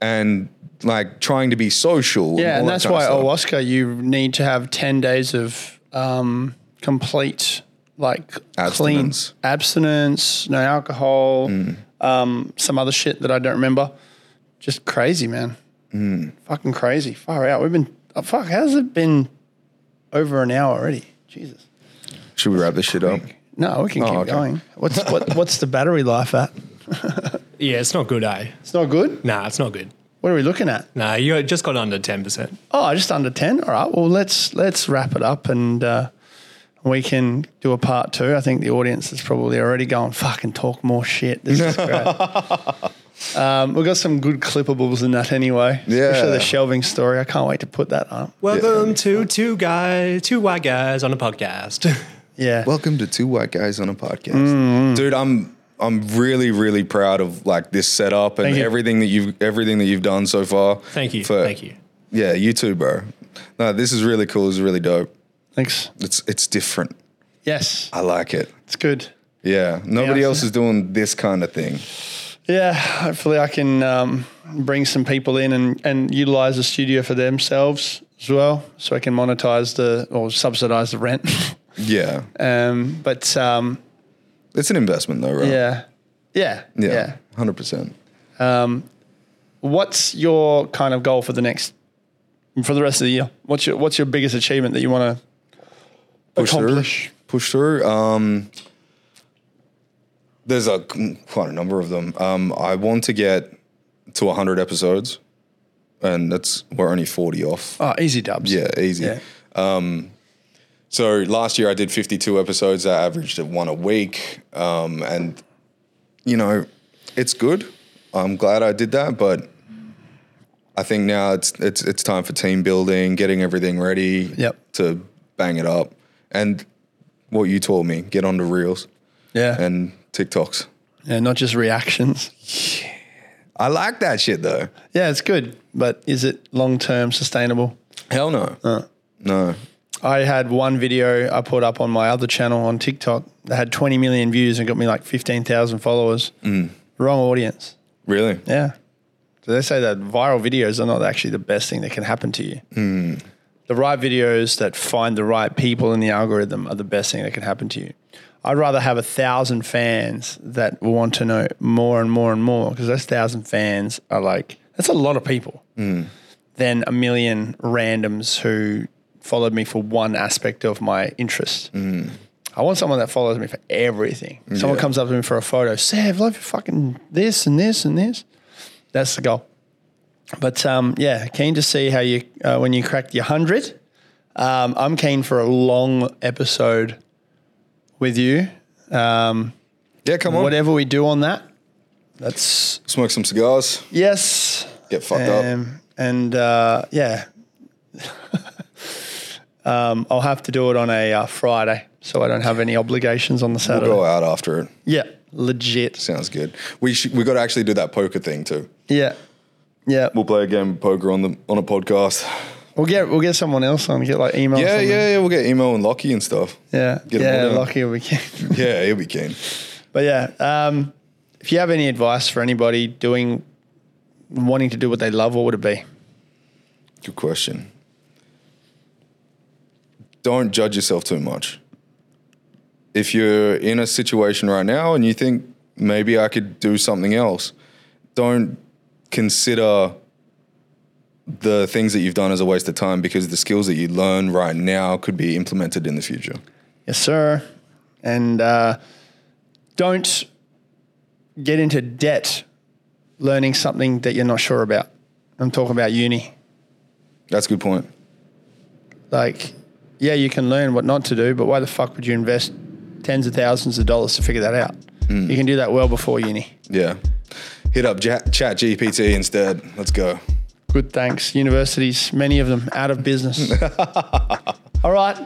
Speaker 2: and like trying to be social.
Speaker 1: Yeah,
Speaker 2: all
Speaker 1: and
Speaker 2: that
Speaker 1: that's
Speaker 2: kind of
Speaker 1: why oh,
Speaker 2: stuff.
Speaker 1: ayahuasca, you need to have 10 days of um, complete, like,
Speaker 2: Abstinence. Hmm.
Speaker 1: clean abstinence, no alcohol, um, some other shit that I don't remember. Just crazy, man.
Speaker 2: Hmm.
Speaker 1: Fucking crazy. Far out. We've been, oh, fuck, how's it been over an hour already? Jesus.
Speaker 2: Should we wrap this shit up?
Speaker 1: No, we can keep
Speaker 2: Oh, okay.
Speaker 1: going. What's what, what's the battery life at?
Speaker 3: Yeah, it's not good, eh?
Speaker 1: It's not good.
Speaker 3: Nah, it's not good.
Speaker 1: What are we looking at?
Speaker 3: Nah, you just got under 10%.
Speaker 1: Oh, just under ten. All right. Well, let's let's wrap it up, and uh, we can do a part two. I think the audience is probably already going fucking talk more shit. This is great. um, we've got some good clippables in that anyway. Especially
Speaker 2: Yeah.
Speaker 1: the shelving story. I can't wait to put that up.
Speaker 3: Welcome to um, two guys, two white guys on a podcast. [laughs]
Speaker 1: Yeah.
Speaker 2: Welcome to Two White Guys on a Podcast.
Speaker 1: Mm-hmm.
Speaker 2: Dude, I'm I'm really really proud of like this setup and
Speaker 1: Thank you.
Speaker 2: everything that you've everything that you've done so far.
Speaker 3: Thank you.
Speaker 2: For-
Speaker 3: Thank you.
Speaker 2: Yeah, you too, bro. No, this is really cool. It's really dope.
Speaker 1: Thanks.
Speaker 2: It's it's different.
Speaker 1: Yes,
Speaker 2: I like it.
Speaker 1: it's good.
Speaker 2: Yeah, nobody
Speaker 1: Yeah.
Speaker 2: else is doing this kind of thing.
Speaker 1: Yeah, hopefully I can um, bring some people in and, and utilize the studio for themselves as well, so I can monetize the or subsidize the rent. [laughs]
Speaker 2: Yeah,
Speaker 1: um, but um,
Speaker 2: it's an investment though, right?
Speaker 1: Yeah. Yeah.
Speaker 2: yeah, hundred percent.
Speaker 1: What's your kind of goal for the next for the rest of the year? What's your what's your biggest achievement that you want to
Speaker 2: push
Speaker 1: accomplish?
Speaker 2: through. Push through. Um, there's a quite a number of them. Um, I want to get to 100 episodes, and that's we're only 40 off.
Speaker 1: Oh, easy dubs.
Speaker 2: Yeah, easy.
Speaker 1: Yeah.
Speaker 2: Um, So last year I did 52 episodes. I averaged at one a week. Um, and, you know, it's good. I'm glad I did that. But I think now it's, it's, it's time for team building, getting everything ready
Speaker 1: Yep.
Speaker 2: to bang it up. And what you taught me, get onto reels
Speaker 1: Yeah. And
Speaker 2: and TikToks.
Speaker 1: yeah, not just reactions.
Speaker 2: I like that shit though.
Speaker 1: Yeah, it's good, but is it long term sustainable?
Speaker 2: Hell no.
Speaker 1: Uh.
Speaker 2: No.
Speaker 1: I had one video I put up on my other channel on TikTok that had 20 million views and got me like 15,000 followers. Wrong audience.
Speaker 2: Really?
Speaker 1: Yeah. So they say that viral videos are not actually the best thing that can happen to you. The right videos that find the right people in the algorithm are the best thing that can happen to you. I'd rather have a thousand fans that want to know more and more and more because those thousand fans are like, that's a lot of people than a million randoms who followed me for one aspect of my interest. I want someone that follows me for everything. Someone comes up to me for a photo, Sev, love your fucking this and this and this. That's the goal. But um, yeah, keen to see how you uh, when you crack your hundred. Um, I'm keen for a long episode with you. Um,
Speaker 2: Yeah, come on.
Speaker 1: whatever we do on that, that's
Speaker 2: Smoke some cigars.
Speaker 1: yes.
Speaker 2: Get fucked up.
Speaker 1: Um, and uh, yeah, [laughs] um, I'll have to do it on a uh, Friday, so I don't have any obligations on the Saturday.
Speaker 2: Go out after it.
Speaker 1: yeah, legit.
Speaker 2: Sounds good. We sh- we got to actually do that poker thing too.
Speaker 1: Yeah, yeah.
Speaker 2: We'll play a game of poker on the on a podcast.
Speaker 1: We'll get we'll get someone else on. Get like email. or
Speaker 2: Yeah,
Speaker 1: something.
Speaker 2: yeah, yeah. We'll get emo and Lockie and stuff.
Speaker 1: yeah,
Speaker 2: Get 'em
Speaker 1: yeah.
Speaker 2: all down.
Speaker 1: Lucky we can.
Speaker 2: [laughs] Yeah, he'll be keen.
Speaker 1: But yeah, um, if you have any advice for anybody doing, wanting to do what they love, what would it be?
Speaker 2: Good question. Don't judge yourself too much. If you're in a situation right now and you think maybe I could do something else, don't consider the things that you've done as a waste of time because the skills that you learn right now could be implemented in the future.
Speaker 1: Yes, sir. And uh, don't get into debt learning something that you're not sure about. I'm talking about uni.
Speaker 2: That's a good point.
Speaker 1: Like, yeah, you can learn what not to do, but why the fuck would you invest tens of thousands of dollars to figure that out? You can do that well before uni.
Speaker 2: Yeah. Hit up Ja- Chat GPT instead. Let's go.
Speaker 1: Good thanks. Universities, many of them out of business. All right.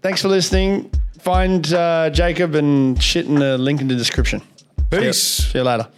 Speaker 1: Thanks for listening. Find uh, Jacob and shit in the link in the description.
Speaker 2: Peace.
Speaker 1: See you later.